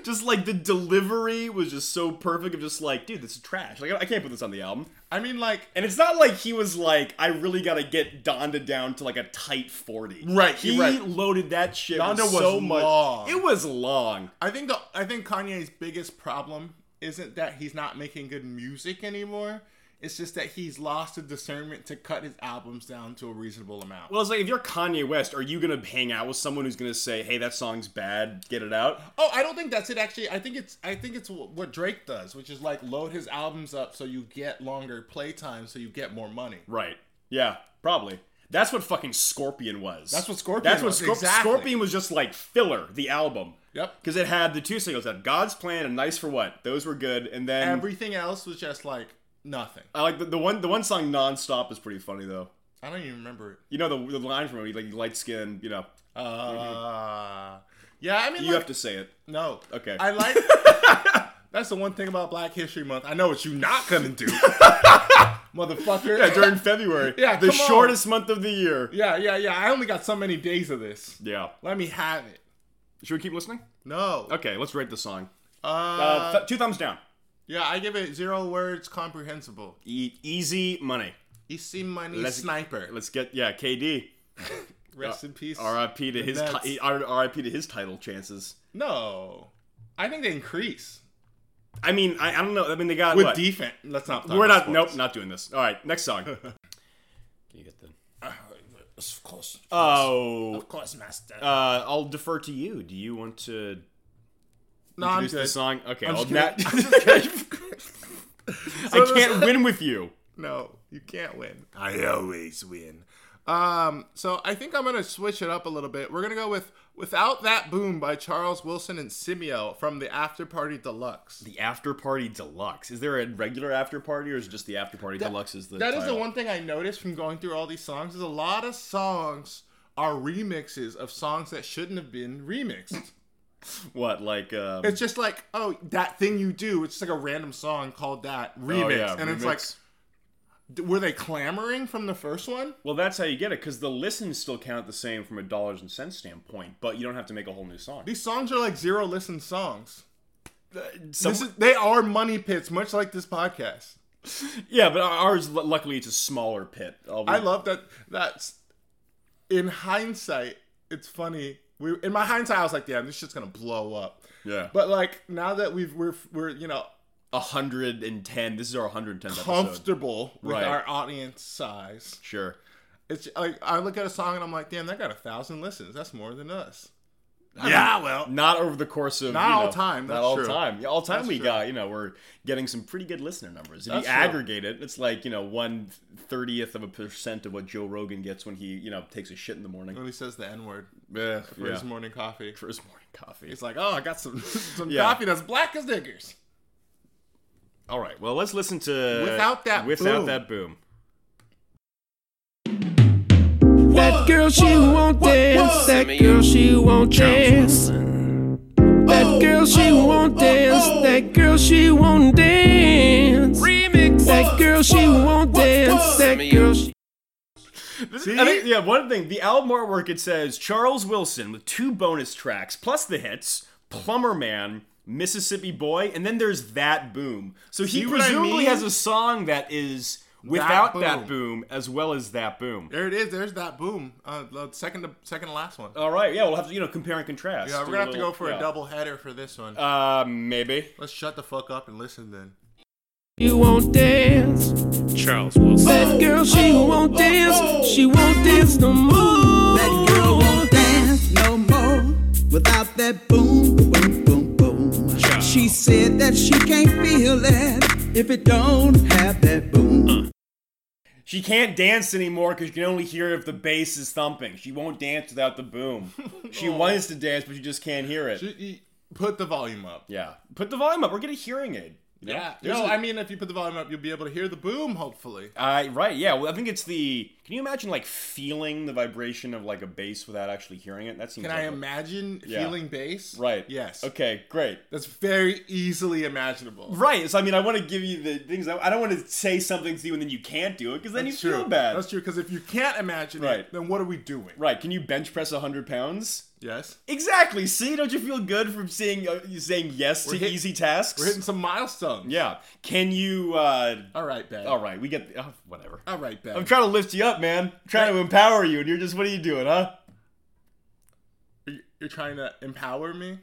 Speaker 1: just like the delivery was just so perfect of just like, dude, this is trash. Like I, I can't put this on the album.
Speaker 2: I mean, like,
Speaker 1: And it's not like he was like, I really gotta get Donda down to like a tight forty.
Speaker 2: Right,
Speaker 1: He
Speaker 2: right.
Speaker 1: loaded that shit.
Speaker 2: Donda
Speaker 1: with
Speaker 2: was
Speaker 1: so much.
Speaker 2: long.
Speaker 1: It was long.
Speaker 2: I think the I think Kanye's biggest problem isn't that he's not making good music anymore. It's just that he's lost the discernment to cut his albums down to a reasonable amount.
Speaker 1: Well, it's like if you're Kanye West, are you gonna hang out with someone who's gonna say, "Hey, that song's bad. Get it out."
Speaker 2: oh, I don't think that's it. Actually, I think it's I think it's wh- what Drake does, which is like load his albums up so you get longer play time, so you get more money.
Speaker 1: Right. Yeah, probably. That's what fucking Scorpion was.
Speaker 2: That's what Scorpion
Speaker 1: That's what
Speaker 2: was,
Speaker 1: Scor-
Speaker 2: exactly.
Speaker 1: Scorpion was just like filler, the album.
Speaker 2: Yep.
Speaker 1: Because it had the two singles, it had God's Plan and Nice for What. Those were good, and then
Speaker 2: Everything else was just like nothing.
Speaker 1: I like the, the one. The one song Nonstop is pretty funny though.
Speaker 2: I don't even remember it.
Speaker 1: You know the, the line from it, like light skin. You know,
Speaker 2: Uh, yeah, I
Speaker 1: Mm-hmm.
Speaker 2: mean,
Speaker 1: you
Speaker 2: like-
Speaker 1: have to say it.
Speaker 2: No.
Speaker 1: Okay.
Speaker 2: I like. That's the one thing about Black History Month. I know what you not gonna do, motherfucker.
Speaker 1: Yeah, during February.
Speaker 2: Yeah,
Speaker 1: the
Speaker 2: come on.
Speaker 1: shortest month of the year.
Speaker 2: yeah, yeah, yeah. I only got so many days of this.
Speaker 1: Yeah.
Speaker 2: Let me have it.
Speaker 1: Should we keep listening?
Speaker 2: No.
Speaker 1: Okay, let's rate the song.
Speaker 2: Uh,
Speaker 1: Uh, th- two thumbs down.
Speaker 2: yeah, I give it zero words comprehensible.
Speaker 1: E- easy money.
Speaker 2: You see money
Speaker 1: Let's-
Speaker 2: sniper.
Speaker 1: Let's get yeah. KD.
Speaker 2: Rest in peace.
Speaker 1: R.I.P. to his
Speaker 2: That's-
Speaker 1: ti- R.I.P. to his title chances.
Speaker 2: No. I think they increase
Speaker 1: I mean, I, I don't know. I mean, they got
Speaker 2: with
Speaker 1: what?
Speaker 2: defense. Let's not. talk
Speaker 1: We're
Speaker 2: about
Speaker 1: not. Nope,
Speaker 2: sports.
Speaker 1: not doing this. All right, next song. Can you get the?
Speaker 2: Uh, Of course.
Speaker 1: Oh,
Speaker 2: Of course, master.
Speaker 1: uh, I'll defer to you. Do you want to
Speaker 2: no, I'm
Speaker 1: introduce
Speaker 2: good.
Speaker 1: the song? Okay,
Speaker 2: I'm
Speaker 1: I'll
Speaker 2: just
Speaker 1: not-
Speaker 2: kidding.
Speaker 1: I can't win with you.
Speaker 2: No, you can't win. I always win. Um, so I think I'm gonna switch it up a little bit. We're gonna go with "Without That Boom" by Charles Wilson and Simeo from the After Party Deluxe.
Speaker 1: The after party deluxe. Is there a regular after party, or is it just the after party deluxe? Is the
Speaker 2: That is the
Speaker 1: title?
Speaker 2: one thing I noticed from going through all these songs is a lot of songs are remixes of songs that shouldn't have been remixed.
Speaker 1: What like? Um,
Speaker 2: it's just like, oh, that thing you do. It's just like a random song called that remix,
Speaker 1: oh, yeah,
Speaker 2: and it's
Speaker 1: remix.
Speaker 2: like, d- were they clamoring from the first one?
Speaker 1: well, that's how you get it because the listens still count the same from a dollars and cents standpoint, but you don't have to make a whole new song.
Speaker 2: These songs are like zero listen songs.
Speaker 1: Some-
Speaker 2: This is, they are money pits, much like this podcast.
Speaker 1: yeah, but ours lu- luckily it's a smaller pit. I'll be-
Speaker 2: I love that. That's in hindsight, it's funny. We in my hindsight, I was like, "Damn, this shit's gonna blow up."
Speaker 1: Yeah.
Speaker 2: But like now that we've we're we're you know
Speaker 1: 110. This is our 110th episode.
Speaker 2: comfortable with
Speaker 1: Right.
Speaker 2: our audience size,
Speaker 1: Sure.
Speaker 2: it's like I look at a song and I'm like, "Damn, that got a thousand listens. That's more than us."
Speaker 1: Yeah,
Speaker 2: well,
Speaker 1: Not over the course of
Speaker 2: Not
Speaker 1: you
Speaker 2: all
Speaker 1: know,
Speaker 2: time,
Speaker 1: Not
Speaker 2: that's
Speaker 1: all
Speaker 2: true.
Speaker 1: time. Yeah, all time
Speaker 2: That's
Speaker 1: we
Speaker 2: true.
Speaker 1: got. You know, we're getting some pretty good listener numbers. If
Speaker 2: That's
Speaker 1: you
Speaker 2: true.
Speaker 1: aggregate it, it's like you know one thirtieth of a percent of what Joe Rogan gets when he you know takes a shit in the morning.
Speaker 2: when he says the N word
Speaker 1: Yeah,
Speaker 2: for his morning coffee,
Speaker 1: for his morning coffee.
Speaker 2: it's like, "Oh, I got some some
Speaker 1: Yeah.
Speaker 2: coffee that's black as niggers."
Speaker 1: all right, well, let's listen to
Speaker 2: Without That
Speaker 1: without
Speaker 2: Boom.
Speaker 1: that boom.
Speaker 5: That girl, she won't dance. That girl, she won't dance. That girl, she won't dance. That girl, she won't dance. Remix. That girl, she won't dance. That girl, she.
Speaker 1: I think, yeah, one thing. The album artwork it says Charles Wilson with two bonus tracks plus the hits Plumber Man, Mississippi Boy, and then there's That Boom. So he
Speaker 2: See what I
Speaker 1: presumably
Speaker 2: mean?
Speaker 1: has a song that is without that boom.
Speaker 2: That Boom.
Speaker 1: as well as That Boom.
Speaker 2: There it is. There's that boom. Uh, the second to second to last one.
Speaker 1: All right, yeah, we'll have to you know compare and contrast.
Speaker 2: yeah,
Speaker 1: Do Uh,
Speaker 2: we're gonna
Speaker 1: a
Speaker 2: have to
Speaker 1: little-
Speaker 2: go for
Speaker 1: yeah.
Speaker 2: a double header for this one.
Speaker 1: Uh, maybe.
Speaker 2: Let's shut the fuck up and listen then.
Speaker 5: You won't dance. Charles Wilson. That girl, she won't dance. She won't dance no more.
Speaker 6: That girl won't dance no more without that boom, boom, boom, boom. She said that she can't feel it if it don't have that boom.
Speaker 1: She can't dance anymore because you can only hear if the bass is thumping. She won't dance without the boom.
Speaker 2: Oh.
Speaker 1: She wants to dance, but you just can't hear it.
Speaker 2: Ju- you- Put the volume up. Uh,
Speaker 1: yeah, put the volume up. We're getting a hearing aid. you know? There's
Speaker 2: No,
Speaker 1: a-
Speaker 2: I mean, if you put the volume up, you'll be able to hear the boom. Hopefully.
Speaker 1: Uh, right, yeah. Well, I think it's the. Can you imagine like feeling the vibration of like a bass without actually hearing it? That seems.
Speaker 2: Can
Speaker 1: like
Speaker 2: I
Speaker 1: a-
Speaker 2: imagine
Speaker 1: Yeah.
Speaker 2: feeling bass?
Speaker 1: Right.
Speaker 2: Yes.
Speaker 1: Okay. Great.
Speaker 2: That's very easily imaginable.
Speaker 1: Right. So I mean, I want to give you the things. I, I don't want to say something to you and then you can't do it because then
Speaker 2: That's
Speaker 1: you
Speaker 2: true.
Speaker 1: feel bad.
Speaker 2: That's true. Because if you can't imagine
Speaker 1: Right.
Speaker 2: it, then what are we doing?
Speaker 1: Right. Can you bench press hundred pounds?
Speaker 2: Yes.
Speaker 1: Exactly. See, don't you feel good from seeing uh, you saying yes to
Speaker 2: hit-
Speaker 1: easy tasks?
Speaker 2: We're hitting some milestones.
Speaker 1: yeah. Can you? uh
Speaker 2: All right, Ben.
Speaker 1: All right. We get. Oh, whatever.
Speaker 2: All right, Ben.
Speaker 1: I'm trying to lift you up, man. I'm trying to empower you, and you're just. What are you doing, huh?
Speaker 2: You- You're trying to empower me.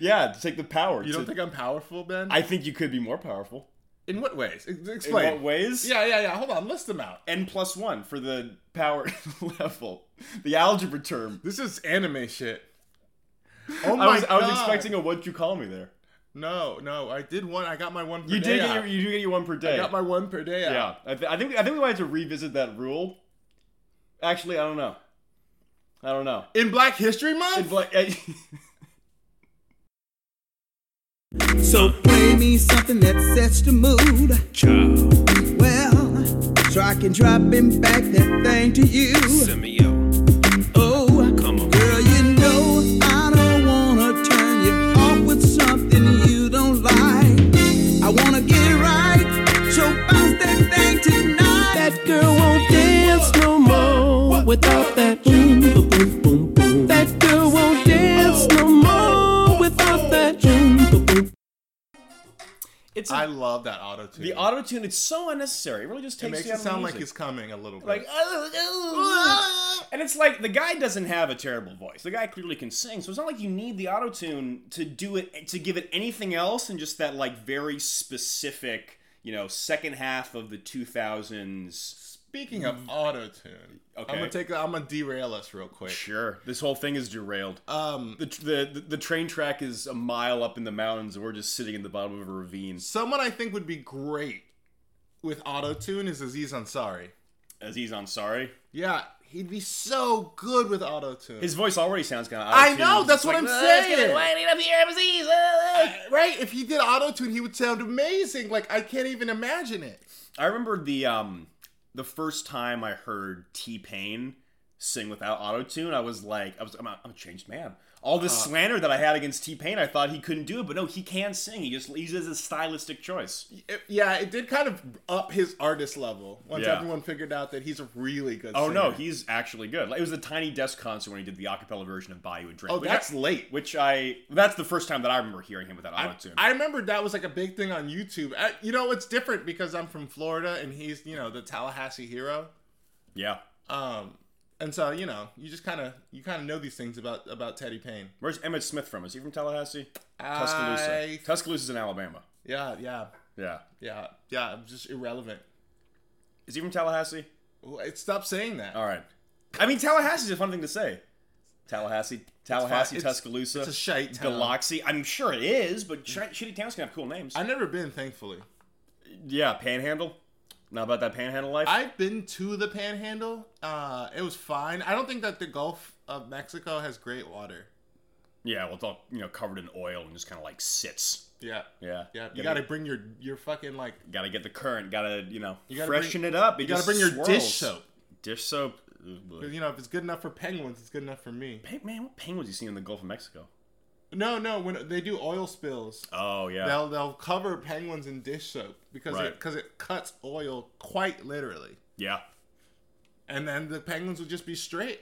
Speaker 1: Yeah. To take the power.
Speaker 2: You
Speaker 1: to-
Speaker 2: don't think I'm powerful, Ben?
Speaker 1: I think you could be more powerful.
Speaker 2: In what ways? Ex-
Speaker 1: In E,
Speaker 2: Explain.
Speaker 1: what ways?
Speaker 2: Yeah, yeah, yeah. Hold on, list them out.
Speaker 1: N plus one for the power level. The algebra term.
Speaker 2: This is anime shit. Oh my
Speaker 1: I was,
Speaker 2: god!
Speaker 1: I was expecting a what you call me there.
Speaker 2: No, no, I did one. I got my one. Per
Speaker 1: You
Speaker 2: day
Speaker 1: did get
Speaker 2: out.
Speaker 1: your, you do get your one per day.
Speaker 2: I got my one per day.
Speaker 1: yeah.
Speaker 2: out.
Speaker 1: I, th- I think I think we might have to revisit that rule Actually, I don't know. I don't know.
Speaker 2: In Black History
Speaker 1: It's
Speaker 2: Month?
Speaker 1: like- eh,
Speaker 5: So,
Speaker 6: Play me something that sets the mood.
Speaker 5: child,
Speaker 6: Well, so I can drop him back that thing to you.
Speaker 5: Simeo,
Speaker 6: Oh,
Speaker 5: come on.
Speaker 6: girl, you know I don't wanna turn you off with something you don't like. I wanna get it right, so bounce that thing tonight.
Speaker 5: That girl won't dance no more without that boom, boom, boom, boom, boom. That girl won't dance no more without that boom, boom, boom.
Speaker 1: it's
Speaker 2: I love that auto tune.
Speaker 1: the auto tune. It's so unnecessary. It really just
Speaker 2: it
Speaker 1: takes
Speaker 2: makes
Speaker 1: you out
Speaker 2: it
Speaker 1: of
Speaker 2: sound
Speaker 1: the
Speaker 2: like
Speaker 1: music.
Speaker 2: it's coming a little bit.
Speaker 1: like "Oh, oh, oh." and it's like the guy doesn't have a terrible voice the guy clearly can sing so it's not like you need the auto tune to do it to give it anything else and just that like very specific you know second half of the 2000s
Speaker 2: Speaking of auto tune,
Speaker 1: Okay.
Speaker 2: I'm gonna take. I'm gonna derail us real quick.
Speaker 1: sure this whole thing is derailed Uh,
Speaker 2: Um,
Speaker 1: the, the, the, the train track is a mile up in the mountains and we're just sitting in the bottom of a ravine
Speaker 2: someone I think would be great with auto tune is Aziz Ansari.
Speaker 1: aziz ansari
Speaker 2: Yeah, he'd be so good with auto tune.
Speaker 1: his voice already sounds kind of
Speaker 2: I know, that's what I'm saying.
Speaker 1: up here, Aziz. uh, uh."
Speaker 2: Right? If he did auto tune, he would sound amazing. Like I can't even imagine it.
Speaker 1: I remember the um the first time I heard T Pain sing without auto tune, I was like, I was I'm a, I'm a changed man. All this
Speaker 2: Uh.
Speaker 1: slander that I had against T Pain, I thought he couldn't do it, but no, he can sing. He just uses a stylistic choice.
Speaker 2: It- Yeah, it did kind of up his artist level once
Speaker 1: Yeah.
Speaker 2: everyone figured out that he's a really good.
Speaker 1: Oh no,
Speaker 2: singer.
Speaker 1: he's actually good. Like, it was the Tiny Desk concert when he did the acapella version of Bayou and Drink.
Speaker 2: Oh,
Speaker 1: which
Speaker 2: that's
Speaker 1: I,
Speaker 2: late.
Speaker 1: which I that's the first time that I remember hearing him without auto
Speaker 2: I,
Speaker 1: tune.
Speaker 2: I remember that was like a big thing on YouTube. I, you know, it's different because I'm from Florida and he's, you know, the Tallahassee hero.
Speaker 1: Yeah.
Speaker 2: Um, and so you know, you just kind of you kind of know these things about about Teddy Payne.
Speaker 1: Where's Emmett Smith from? Is he from Tallahassee?
Speaker 2: I-
Speaker 1: Tuscaloosa. Tuscaloosa's in Alabama.
Speaker 2: Yeah, yeah,
Speaker 1: Yeah.
Speaker 2: yeah, yeah. I'm just irrelevant.
Speaker 1: Is he from Tallahassee?
Speaker 2: Wait, Stop saying that.
Speaker 1: All right. I mean, Tallahassee's a fun thing to say. Tallahassee, Tallahassee,
Speaker 2: It's-
Speaker 1: Tuscaloosa,
Speaker 2: it's a shite town. Mm.
Speaker 1: Biloxi. I'm sure it is, but sh- shitty towns can have cool names.
Speaker 2: I've never been, thankfully.
Speaker 1: yeah, Panhandle. Not about that Panhandle life.
Speaker 2: I've been to the Panhandle. Uh, it was fine. I don't think that the Gulf of Mexico has great water.
Speaker 1: yeah, well, it's all you know covered in oil and just kind of like sits.
Speaker 2: Yeah,
Speaker 1: Yeah,
Speaker 2: yeah.
Speaker 1: Gotta-
Speaker 2: You got to bring your your fucking like.
Speaker 1: gotta get the current. Gotta you know
Speaker 2: gotta
Speaker 1: freshen
Speaker 2: bring-
Speaker 1: it up. It
Speaker 2: You got
Speaker 1: just
Speaker 2: to bring your
Speaker 1: swirls.
Speaker 2: dish soap.
Speaker 1: Dish soap. Ugh,
Speaker 2: 'Cause,
Speaker 1: bleh.
Speaker 2: You know, if it's good enough for penguins, it's good enough for me.
Speaker 1: Hey, man, what penguins you seen in the Gulf of Mexico?
Speaker 2: No, no. When they do oil spills,
Speaker 1: Oh yeah,
Speaker 2: they'll they'll cover penguins in dish soap because
Speaker 1: Right.
Speaker 2: it because it cuts oil quite literally,
Speaker 1: yeah.
Speaker 2: and then the penguins will just be straight.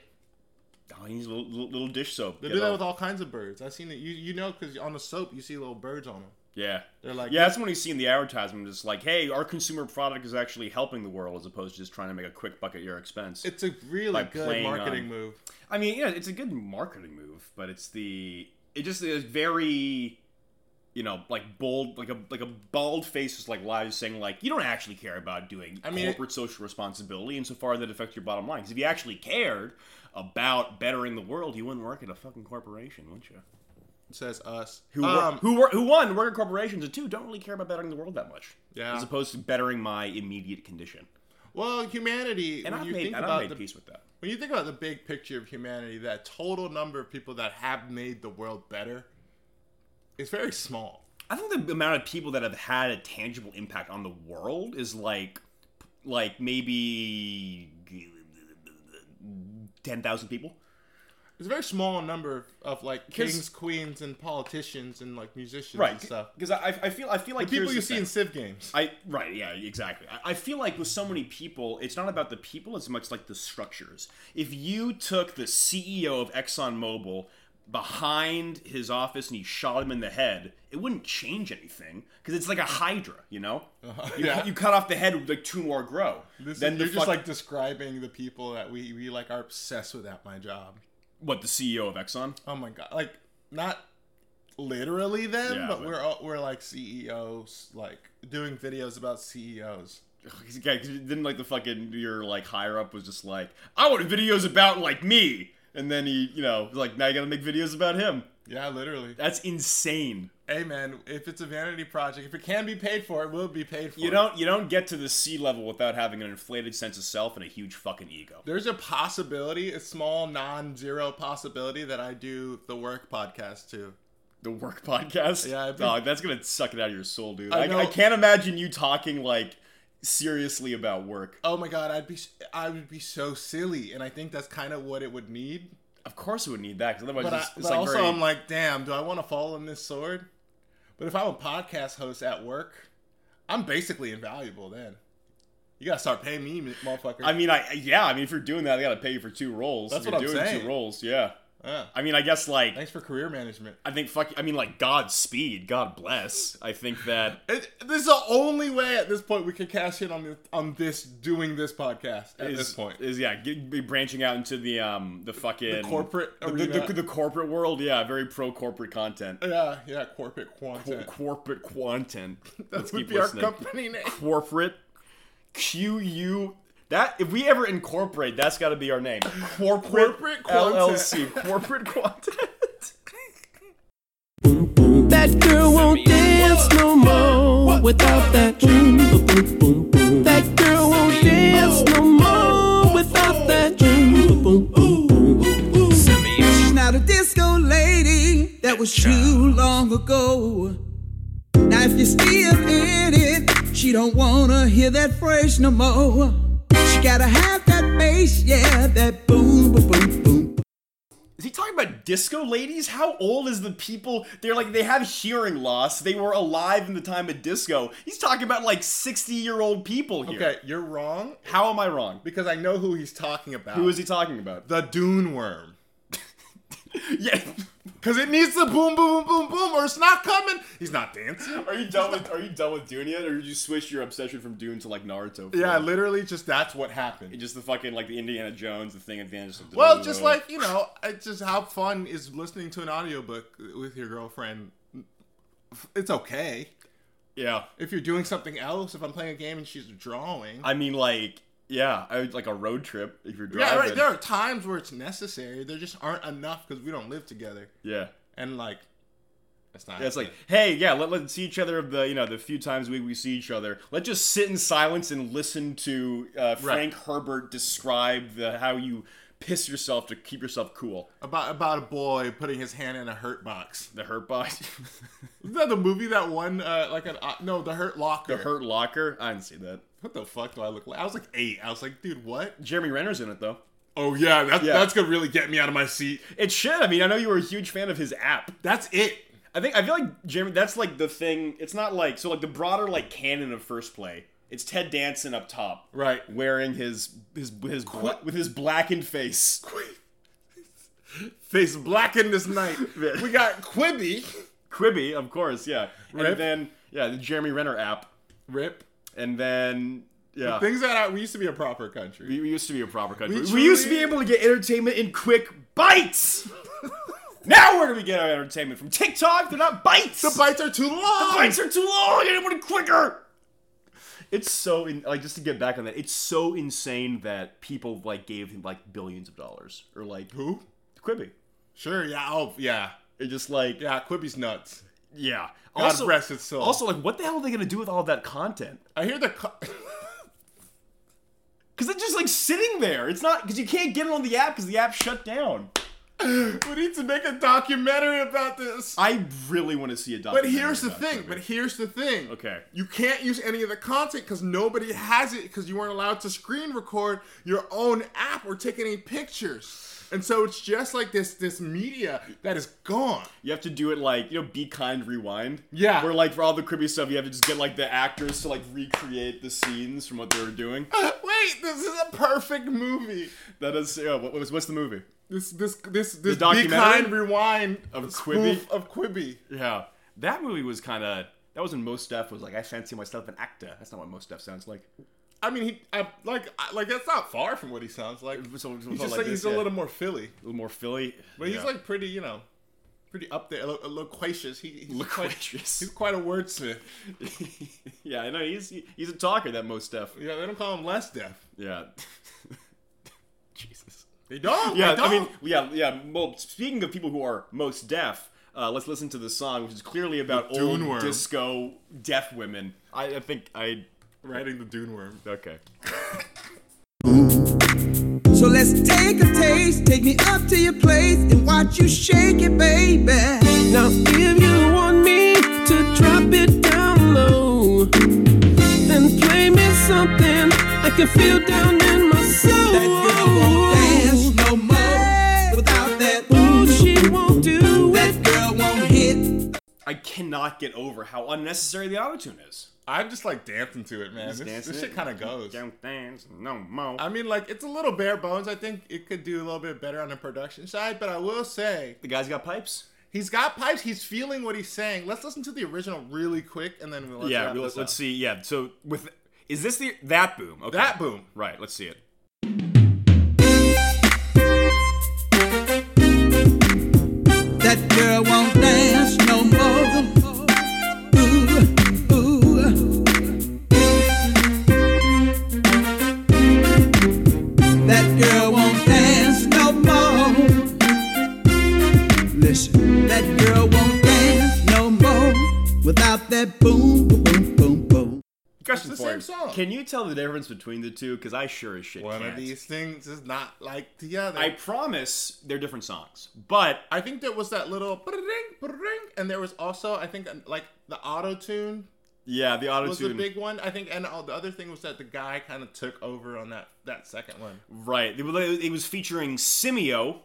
Speaker 1: Oh, he needs a little, little, little dish soap.
Speaker 2: They
Speaker 1: Get
Speaker 2: do that
Speaker 1: all-
Speaker 2: with all kinds of birds. I've seen it. You you know because on the soap you see little birds on them.
Speaker 1: Yeah.
Speaker 2: They're like-
Speaker 1: yeah, that's when you see in the advertisement, it's like, hey, our consumer product is actually helping the world as opposed to just trying to make a quick buck at your expense.
Speaker 2: It's a really
Speaker 1: Like
Speaker 2: good
Speaker 1: playing um,
Speaker 2: marketing
Speaker 1: on-
Speaker 2: move.
Speaker 1: I mean, yeah, it's a good marketing move, but it's the it just is very, you know, like bold, like a like a bald face is like lies saying like you don't actually care about doing
Speaker 2: I mean, it-
Speaker 1: corporate social responsibility insofar that it affects your bottom line. Because if you actually cared about bettering the world, you wouldn't work at a fucking corporation, wouldn't you?
Speaker 2: It says us.
Speaker 1: who
Speaker 2: um,
Speaker 1: wor- who wor- who one work at corporations and two don't really care about bettering the world that much.
Speaker 2: Yeah.
Speaker 1: As opposed to bettering my immediate condition.
Speaker 2: Well, humanity.
Speaker 1: And
Speaker 2: when
Speaker 1: I've
Speaker 2: you
Speaker 1: made,
Speaker 2: think
Speaker 1: and I've
Speaker 2: about
Speaker 1: made
Speaker 2: the
Speaker 1: peace with that.
Speaker 2: when you think about the big picture of humanity, that total number of people that have made the world better is very small.
Speaker 1: I think the amount of people that have had a tangible impact on the world is like like maybe ten thousand people.
Speaker 2: It's a very small number of, of like kings, queens, and politicians and like musicians and stuff.
Speaker 1: Because I, I feel I feel like
Speaker 2: The people
Speaker 1: here's
Speaker 2: you
Speaker 1: the
Speaker 2: see
Speaker 1: thing.
Speaker 2: in Civ games.
Speaker 1: I right, yeah, exactly. I, I feel like with so many people, it's not about the people as much like the structures. If you took the CEO of ExxonMobil behind his office and you shot him in the head, it wouldn't change anything because it's like a hydra, you know. You,
Speaker 2: Uh-huh. yeah.
Speaker 1: you cut off the head, like two more grow.
Speaker 2: This
Speaker 1: then
Speaker 2: is,
Speaker 1: the
Speaker 2: you're just
Speaker 1: fuck-
Speaker 2: like describing the people that we, we like are obsessed with at my job.
Speaker 1: what the CEO of Exxon.
Speaker 2: Oh my god! Like not literally them,
Speaker 1: Yeah,
Speaker 2: but,
Speaker 1: but-
Speaker 2: we're all, we're like CEOs, like doing videos about E CEOs.
Speaker 1: Yeah, 'cause it didn't like the fucking your like higher up was just like, I want videos about like me, and then he, you know, like now you gotta make videos about him.
Speaker 2: Yeah, literally.
Speaker 1: That's insane.
Speaker 2: Hey man, if it's a vanity project, if it can be paid for, it will be paid for.
Speaker 1: You don't you don't get to the sea level without having an inflated sense of self and a huge fucking ego.
Speaker 2: There's a possibility, a small non-zero possibility that I do the work podcast too.
Speaker 1: The work podcast.
Speaker 2: Yeah, I've been-
Speaker 1: dog, that's gonna suck it out of your soul, dude.
Speaker 2: I
Speaker 1: I,
Speaker 2: know.
Speaker 1: I can't imagine you talking like seriously about work.
Speaker 2: Oh my god, I'd be I would be so silly, and I think that's kind of what it would need.
Speaker 1: Of course, it would need that because otherwise,
Speaker 2: But, I,
Speaker 1: it's, it's
Speaker 2: but
Speaker 1: like
Speaker 2: also,
Speaker 1: very.
Speaker 2: I'm like, damn, do I want to fall on this sword? But if I'm a podcast host at work, I'm basically invaluable then. You gotta start paying me, motherfucker.
Speaker 1: I mean, I yeah. I mean, if you're doing that, they gotta pay you for two roles.
Speaker 2: That's
Speaker 1: if
Speaker 2: what
Speaker 1: you're
Speaker 2: I'm
Speaker 1: doing
Speaker 2: saying.
Speaker 1: Two roles, yeah.
Speaker 2: Yeah.
Speaker 1: I mean, I guess like
Speaker 2: Thanks for career management.
Speaker 1: I think fuck. I mean, like Godspeed, God bless. I think that
Speaker 2: It, this is the only way at this point we can cash in on this, on this doing this podcast at
Speaker 1: is-
Speaker 2: this point.
Speaker 1: is yeah get, be branching out into the um the fucking
Speaker 2: The corporate
Speaker 1: the, the,
Speaker 2: arena.
Speaker 1: the, the corporate world yeah very pro corporate content
Speaker 2: yeah, yeah, corporate quantum.
Speaker 1: corporate content
Speaker 2: that
Speaker 1: let's
Speaker 2: would
Speaker 1: keep
Speaker 2: be
Speaker 1: listening
Speaker 2: our company name.
Speaker 1: corporate Q U that if we ever incorporate that's got to be our name corporate,
Speaker 2: Corporate content.
Speaker 1: LLC corporate content
Speaker 5: That girl won't dance no more without that boom boom boom boom boom. That girl won't dance no more without that boom boom boom boom.
Speaker 6: She's not a disco lady that was too long ago. Now if you're still in it, she don't wanna hear that phrase no more. She gotta have that bass, yeah, that boom, boom, boom, boom.
Speaker 1: Is he talking about disco ladies? How old is the people? They're like they have hearing loss. They were alive in the time of disco. He's talking about like sixty-year-old people here.
Speaker 2: Okay, you're wrong
Speaker 1: How am I wrong?
Speaker 2: because I know who he's talking about.
Speaker 1: Who is he talking about?
Speaker 2: The Dune Worm.
Speaker 1: Yeah.
Speaker 2: Cause it needs the boom, boom, boom, boom, boom, or it's not coming. He's not dancing.
Speaker 1: Are you done with Are you done with Dune yet, or did you switch your obsession from Dune to like Naruto?
Speaker 2: Yeah,
Speaker 1: form?
Speaker 2: literally, just that's what happened.
Speaker 1: just the fucking like the Indiana Jones the thing at the end. Just like,
Speaker 2: Well, just like you know, it's just how fun is listening to an audiobook with your girlfriend. It's okay
Speaker 1: yeah.
Speaker 2: if you're doing something else. If I'm playing a game and she's drawing,
Speaker 1: I mean, like yeah, I would, like a road trip if you're driving.
Speaker 2: yeah, right. There are times where it's necessary. There just aren't enough because we don't live together,
Speaker 1: Yeah.
Speaker 2: and like, that's not.
Speaker 1: Yeah, it's like, hey, yeah, let, let's see each other of the, you know, the few times we, we see each other. Let's just sit in silence and listen to uh, Frank Herbert describe the how you piss yourself to keep yourself cool.
Speaker 2: about about a boy putting his hand in a hurt box.
Speaker 1: The Hurt Box?
Speaker 2: Isn't that the movie that one uh, like an uh, no the Hurt Locker?
Speaker 1: the Hurt Locker? I didn't see that.
Speaker 2: What the fuck do I look like? I was like eight. I was like, dude, what?
Speaker 1: Jeremy Renner's in it, though.
Speaker 2: Oh yeah, that,
Speaker 1: Yeah.
Speaker 2: that's gonna really get me out of my seat.
Speaker 1: It should. I mean, I know you were a huge fan of his app.
Speaker 2: That's it.
Speaker 1: I think, I feel like Jeremy, that's like the thing. It's not like, so like the broader, like, canon of first play. It's Ted Danson up top.
Speaker 2: Right.
Speaker 1: Wearing his, his, his, bla- with his blackened face.
Speaker 2: Face blackened this night. we got Quibi.
Speaker 1: Quibi, of course, yeah.
Speaker 2: Rip.
Speaker 1: And then yeah, the Jeremy Renner app,
Speaker 2: Rip.
Speaker 1: and then yeah.
Speaker 2: Things that I, we used to be a proper country.
Speaker 1: we, we used to be a proper country.
Speaker 2: We
Speaker 1: We, used to be
Speaker 2: truly-
Speaker 1: able to get entertainment in quick bites. now where do we get our entertainment from? TikTok? They're not bites.
Speaker 2: The bites are too long.
Speaker 1: bites are too long. I want it quicker. It's so in, like just to get back on that. It's so insane that people like gave him like billions of dollars or like
Speaker 2: Who?
Speaker 1: Quibi.
Speaker 2: Sure. Yeah. Oh yeah.
Speaker 1: It just like yeah.
Speaker 2: Yeah. Quibi's nuts. God
Speaker 1: Also,
Speaker 2: rest its soul.
Speaker 1: also like what the hell are they gonna do with all that content?
Speaker 2: I hear the. Co-
Speaker 1: Because it's just like sitting there. It's not because you can't get it on the app because the app shut down.
Speaker 2: we need to make a documentary about this.
Speaker 1: I really want to see a
Speaker 2: But
Speaker 1: documentary.
Speaker 2: here's the
Speaker 1: about
Speaker 2: thing.
Speaker 1: Quibi.
Speaker 2: But here's the thing.
Speaker 1: Okay.
Speaker 2: You can't use any of the content because nobody has it because you weren't allowed to screen record your own app or take any pictures. And so it's just like this this media that is gone.
Speaker 1: you have to do it like you know, be kind, rewind.
Speaker 2: Yeah.
Speaker 1: Where like for all the creepy stuff, you have to just get like the actors to like recreate the scenes from what they were doing.
Speaker 2: Wait, this is a perfect movie.
Speaker 1: That is yeah. What, what's what's the movie?
Speaker 2: This this this this be
Speaker 1: documentary?
Speaker 2: kind rewind
Speaker 1: Of
Speaker 2: spoof of Quibi.
Speaker 1: Yeah, that movie was kind of. That was when most stuff was like, I fancy myself an actor. That's not what most stuff sounds like.
Speaker 2: I mean, he I, like I, like that's not far from what he sounds like.
Speaker 1: So- so-
Speaker 2: He's
Speaker 1: so
Speaker 2: just
Speaker 1: like
Speaker 2: like,
Speaker 1: this,
Speaker 2: he's
Speaker 1: yeah.
Speaker 2: a little more Philly,
Speaker 1: A little more Philly,
Speaker 2: but he's like pretty, you know, pretty up there, lo- loquacious. He, he's
Speaker 1: Loquacious.
Speaker 2: Quite, he's quite a wordsmith.
Speaker 1: yeah, I know he's he- he's a talker. That most stuff.
Speaker 2: Yeah, they don't call him less deaf.
Speaker 1: Yeah. Jesus.
Speaker 2: They don't.
Speaker 1: Yeah,
Speaker 2: they
Speaker 1: I
Speaker 2: don't.
Speaker 1: mean, yeah, yeah. Well, speaking of people who are most deaf, Uh, let's listen to this song, which is clearly about
Speaker 2: The
Speaker 1: old
Speaker 2: Dune Worm.
Speaker 1: disco deaf women. I, I think I.
Speaker 2: Riding the Dune Worm.
Speaker 1: Okay.
Speaker 6: So let's take a taste, take me up to your place and watch you shake it, baby.
Speaker 5: Now, if you want me to drop it down low, then play me something I can feel down in my soul.
Speaker 6: That girl won't dance no more without that
Speaker 5: Oh,
Speaker 6: booty.
Speaker 5: she won't do it.
Speaker 6: That girl won't hit.
Speaker 1: I cannot get over how unnecessary the autotune is.
Speaker 2: I'm just like dancing to it, man.
Speaker 1: Just
Speaker 2: This,
Speaker 1: dancing
Speaker 2: this
Speaker 1: it.
Speaker 2: shit kind of goes.
Speaker 1: Don't dance no more.
Speaker 2: I mean, like it's a little bare bones. I think it could do a little bit better on the production side, but I will say
Speaker 1: the guy's got pipes.
Speaker 2: he's got pipes. He's feeling what he's saying. Let's listen to the original really quick, and then we'll let's
Speaker 1: yeah,
Speaker 2: wrap
Speaker 1: let's,
Speaker 2: this
Speaker 1: let's
Speaker 2: up.
Speaker 1: see. Yeah, so with is this the that boom? Okay.
Speaker 2: That boom.
Speaker 1: Right. Let's see it.
Speaker 6: That girl won't dance no more. Ooh, ooh. That girl won't dance no more. Listen, that girl won't dance no more without that boom, boom, boom, boom, boom.
Speaker 1: Question
Speaker 2: the
Speaker 1: for
Speaker 2: same
Speaker 1: you.
Speaker 2: song.
Speaker 1: Can you tell the difference between the two? Because I sure as shit
Speaker 2: One
Speaker 1: can't.
Speaker 2: of these things is not like the other.
Speaker 1: I promise they're different songs, but
Speaker 2: I think there was that little ba-da-ding, ba-da-ding, and there was also I think like the auto tune
Speaker 1: yeah, the
Speaker 2: was the
Speaker 1: autotune.
Speaker 2: big one. I think, and all, the other thing was that the guy kind of took over on that that second one.
Speaker 1: Right. It was- It was featuring Simeo,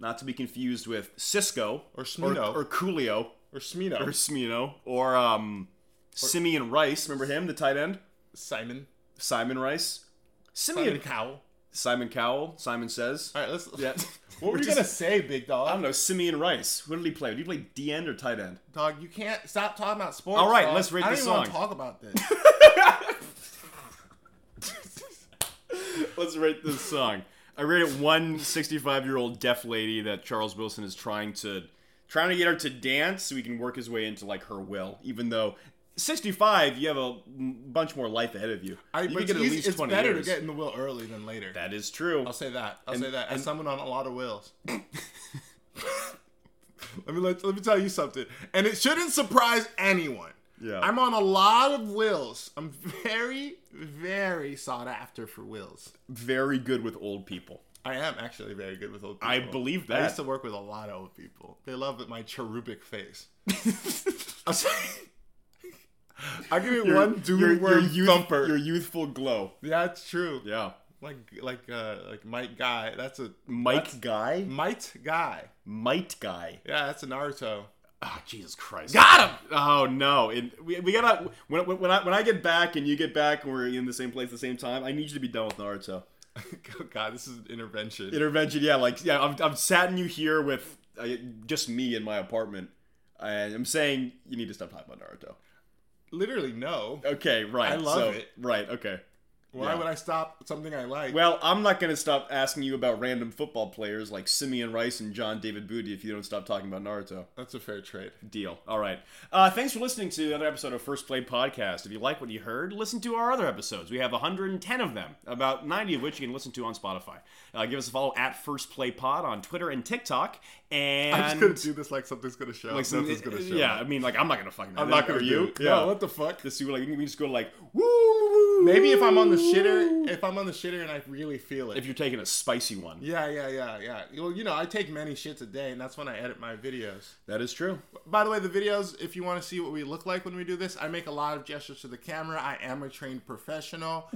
Speaker 1: not to be confused with Cisco
Speaker 2: Or Smino.
Speaker 1: or, or Coolio
Speaker 2: Or Smino,
Speaker 1: or Smino or um Simeon Rice. Remember him, the tight end?
Speaker 2: Simon,
Speaker 1: Simon Rice. Simeon
Speaker 2: Simon Cowell.
Speaker 1: Simon Cowell. Simon says.
Speaker 2: All right, let's.
Speaker 1: Yeah.
Speaker 2: What were
Speaker 1: We're
Speaker 2: you
Speaker 1: just-
Speaker 2: gonna say, big dog?
Speaker 1: I don't know. Simeon Rice. What did he play? Did he play D end or tight end?
Speaker 2: Dog, you can't stop talking about sports.
Speaker 1: All right,
Speaker 2: dog.
Speaker 1: let's rate
Speaker 2: I don't
Speaker 1: the
Speaker 2: even want to
Speaker 1: song.
Speaker 2: talk about this.
Speaker 1: Let's rate this song. I rate it one 65 year old deaf lady that Charles Wilson is trying to trying to get her to dance so he can work his way into like her will. Even though 65, you have a m- bunch more life ahead of you.
Speaker 2: I,
Speaker 1: you
Speaker 2: but
Speaker 1: could
Speaker 2: it's, easy- it's better to get in the will early than later.
Speaker 1: That is true.
Speaker 2: I'll say that. I'll
Speaker 1: And-
Speaker 2: say that. As
Speaker 1: and-
Speaker 2: someone on a lot of wills. let me let, let me tell you something, and it shouldn't surprise anyone.
Speaker 1: Yeah.
Speaker 2: I'm on a lot of wills. I'm very, very sought after for wills.
Speaker 1: Very good with old people.
Speaker 2: I am actually very good with old people.
Speaker 1: I believe
Speaker 2: I
Speaker 1: that.
Speaker 2: used to work with a lot of old people. They love my cherubic face. I'm sorry. I'll give you one
Speaker 1: your,
Speaker 2: dude
Speaker 1: your,
Speaker 2: worm
Speaker 1: youth-
Speaker 2: thumper.
Speaker 1: your youthful glow.
Speaker 2: That's true.
Speaker 1: Yeah.
Speaker 2: Like like uh like Mike guy. That's a
Speaker 1: Mike
Speaker 2: that's-
Speaker 1: guy?
Speaker 2: Might guy.
Speaker 1: Mite guy.
Speaker 2: Yeah, that's a Naruto. Ah,
Speaker 1: Oh, Jesus Christ.
Speaker 2: Got him.
Speaker 1: Oh no! It, we, we gotta when, when, when I when I get back and you get back and we're in the same place at the same time. I need you to be done with Naruto.
Speaker 2: oh God, this is an intervention.
Speaker 1: Intervention, yeah, like yeah, I'm I'm satting you here with uh, just me in my apartment, and I'm saying you need to stop talking about Naruto.
Speaker 2: Literally no.
Speaker 1: Okay, right.
Speaker 2: I love
Speaker 1: so-
Speaker 2: it.
Speaker 1: Right. Okay.
Speaker 2: Why
Speaker 1: yeah.
Speaker 2: would I stop something I like?
Speaker 1: Well, I'm not gonna stop asking you about random football players like Simeon Rice and John David Booty if you don't stop talking about Naruto.
Speaker 2: that's a fair trade.
Speaker 1: Deal. All right. Uh, thanks for listening to another episode of First Play Podcast. If you like what you heard, listen to our other episodes. We have 110 of them, about 90 of which you can listen to on Spotify. Uh, give us a follow at First Play Pod on Twitter and TikTok. And
Speaker 2: I'm just gonna do this like something's gonna show. Like
Speaker 1: some-
Speaker 2: something's gonna show.
Speaker 1: uh, yeah, I mean, like I'm not gonna fucking.
Speaker 2: I'm not gonna
Speaker 1: Are
Speaker 2: do
Speaker 1: you.
Speaker 2: it.
Speaker 1: Yeah.
Speaker 2: No, what the fuck?
Speaker 1: Just you like we can just go like woo, woo.
Speaker 2: Maybe if I'm on the shitter, if I'm on the shitter and I really feel it.
Speaker 1: If you're taking a spicy one,
Speaker 2: yeah, yeah, yeah, yeah. Well, you know, I take many shits a day, and that's when I edit my videos.
Speaker 1: that is true.
Speaker 2: By the way, the videos, if you want to see what we look like when we do this, I make a lot of gestures to the camera. I am a trained professional.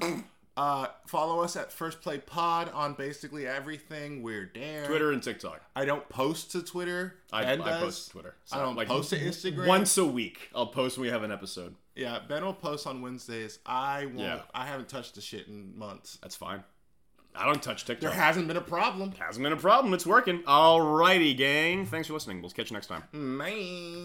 Speaker 2: uh, follow us at First Play Pod on basically everything. We're there.
Speaker 1: Twitter and TikTok.
Speaker 2: I don't post to Twitter.
Speaker 1: I,
Speaker 2: Ben
Speaker 1: I
Speaker 2: does.
Speaker 1: post to Twitter. So,
Speaker 2: I don't
Speaker 1: like,
Speaker 2: post to Instagram.
Speaker 1: Once a week, I'll post when we have an episode.
Speaker 2: Yeah, Ben will post on Wednesdays. I won't.
Speaker 1: Yeah.
Speaker 2: I haven't touched the shit in months.
Speaker 1: That's fine. I don't touch TikTok.
Speaker 2: There hasn't been a problem.
Speaker 1: Hasn't been a problem. It's working. Alrighty, gang. Thanks for listening. We'll catch you next time.
Speaker 2: Man.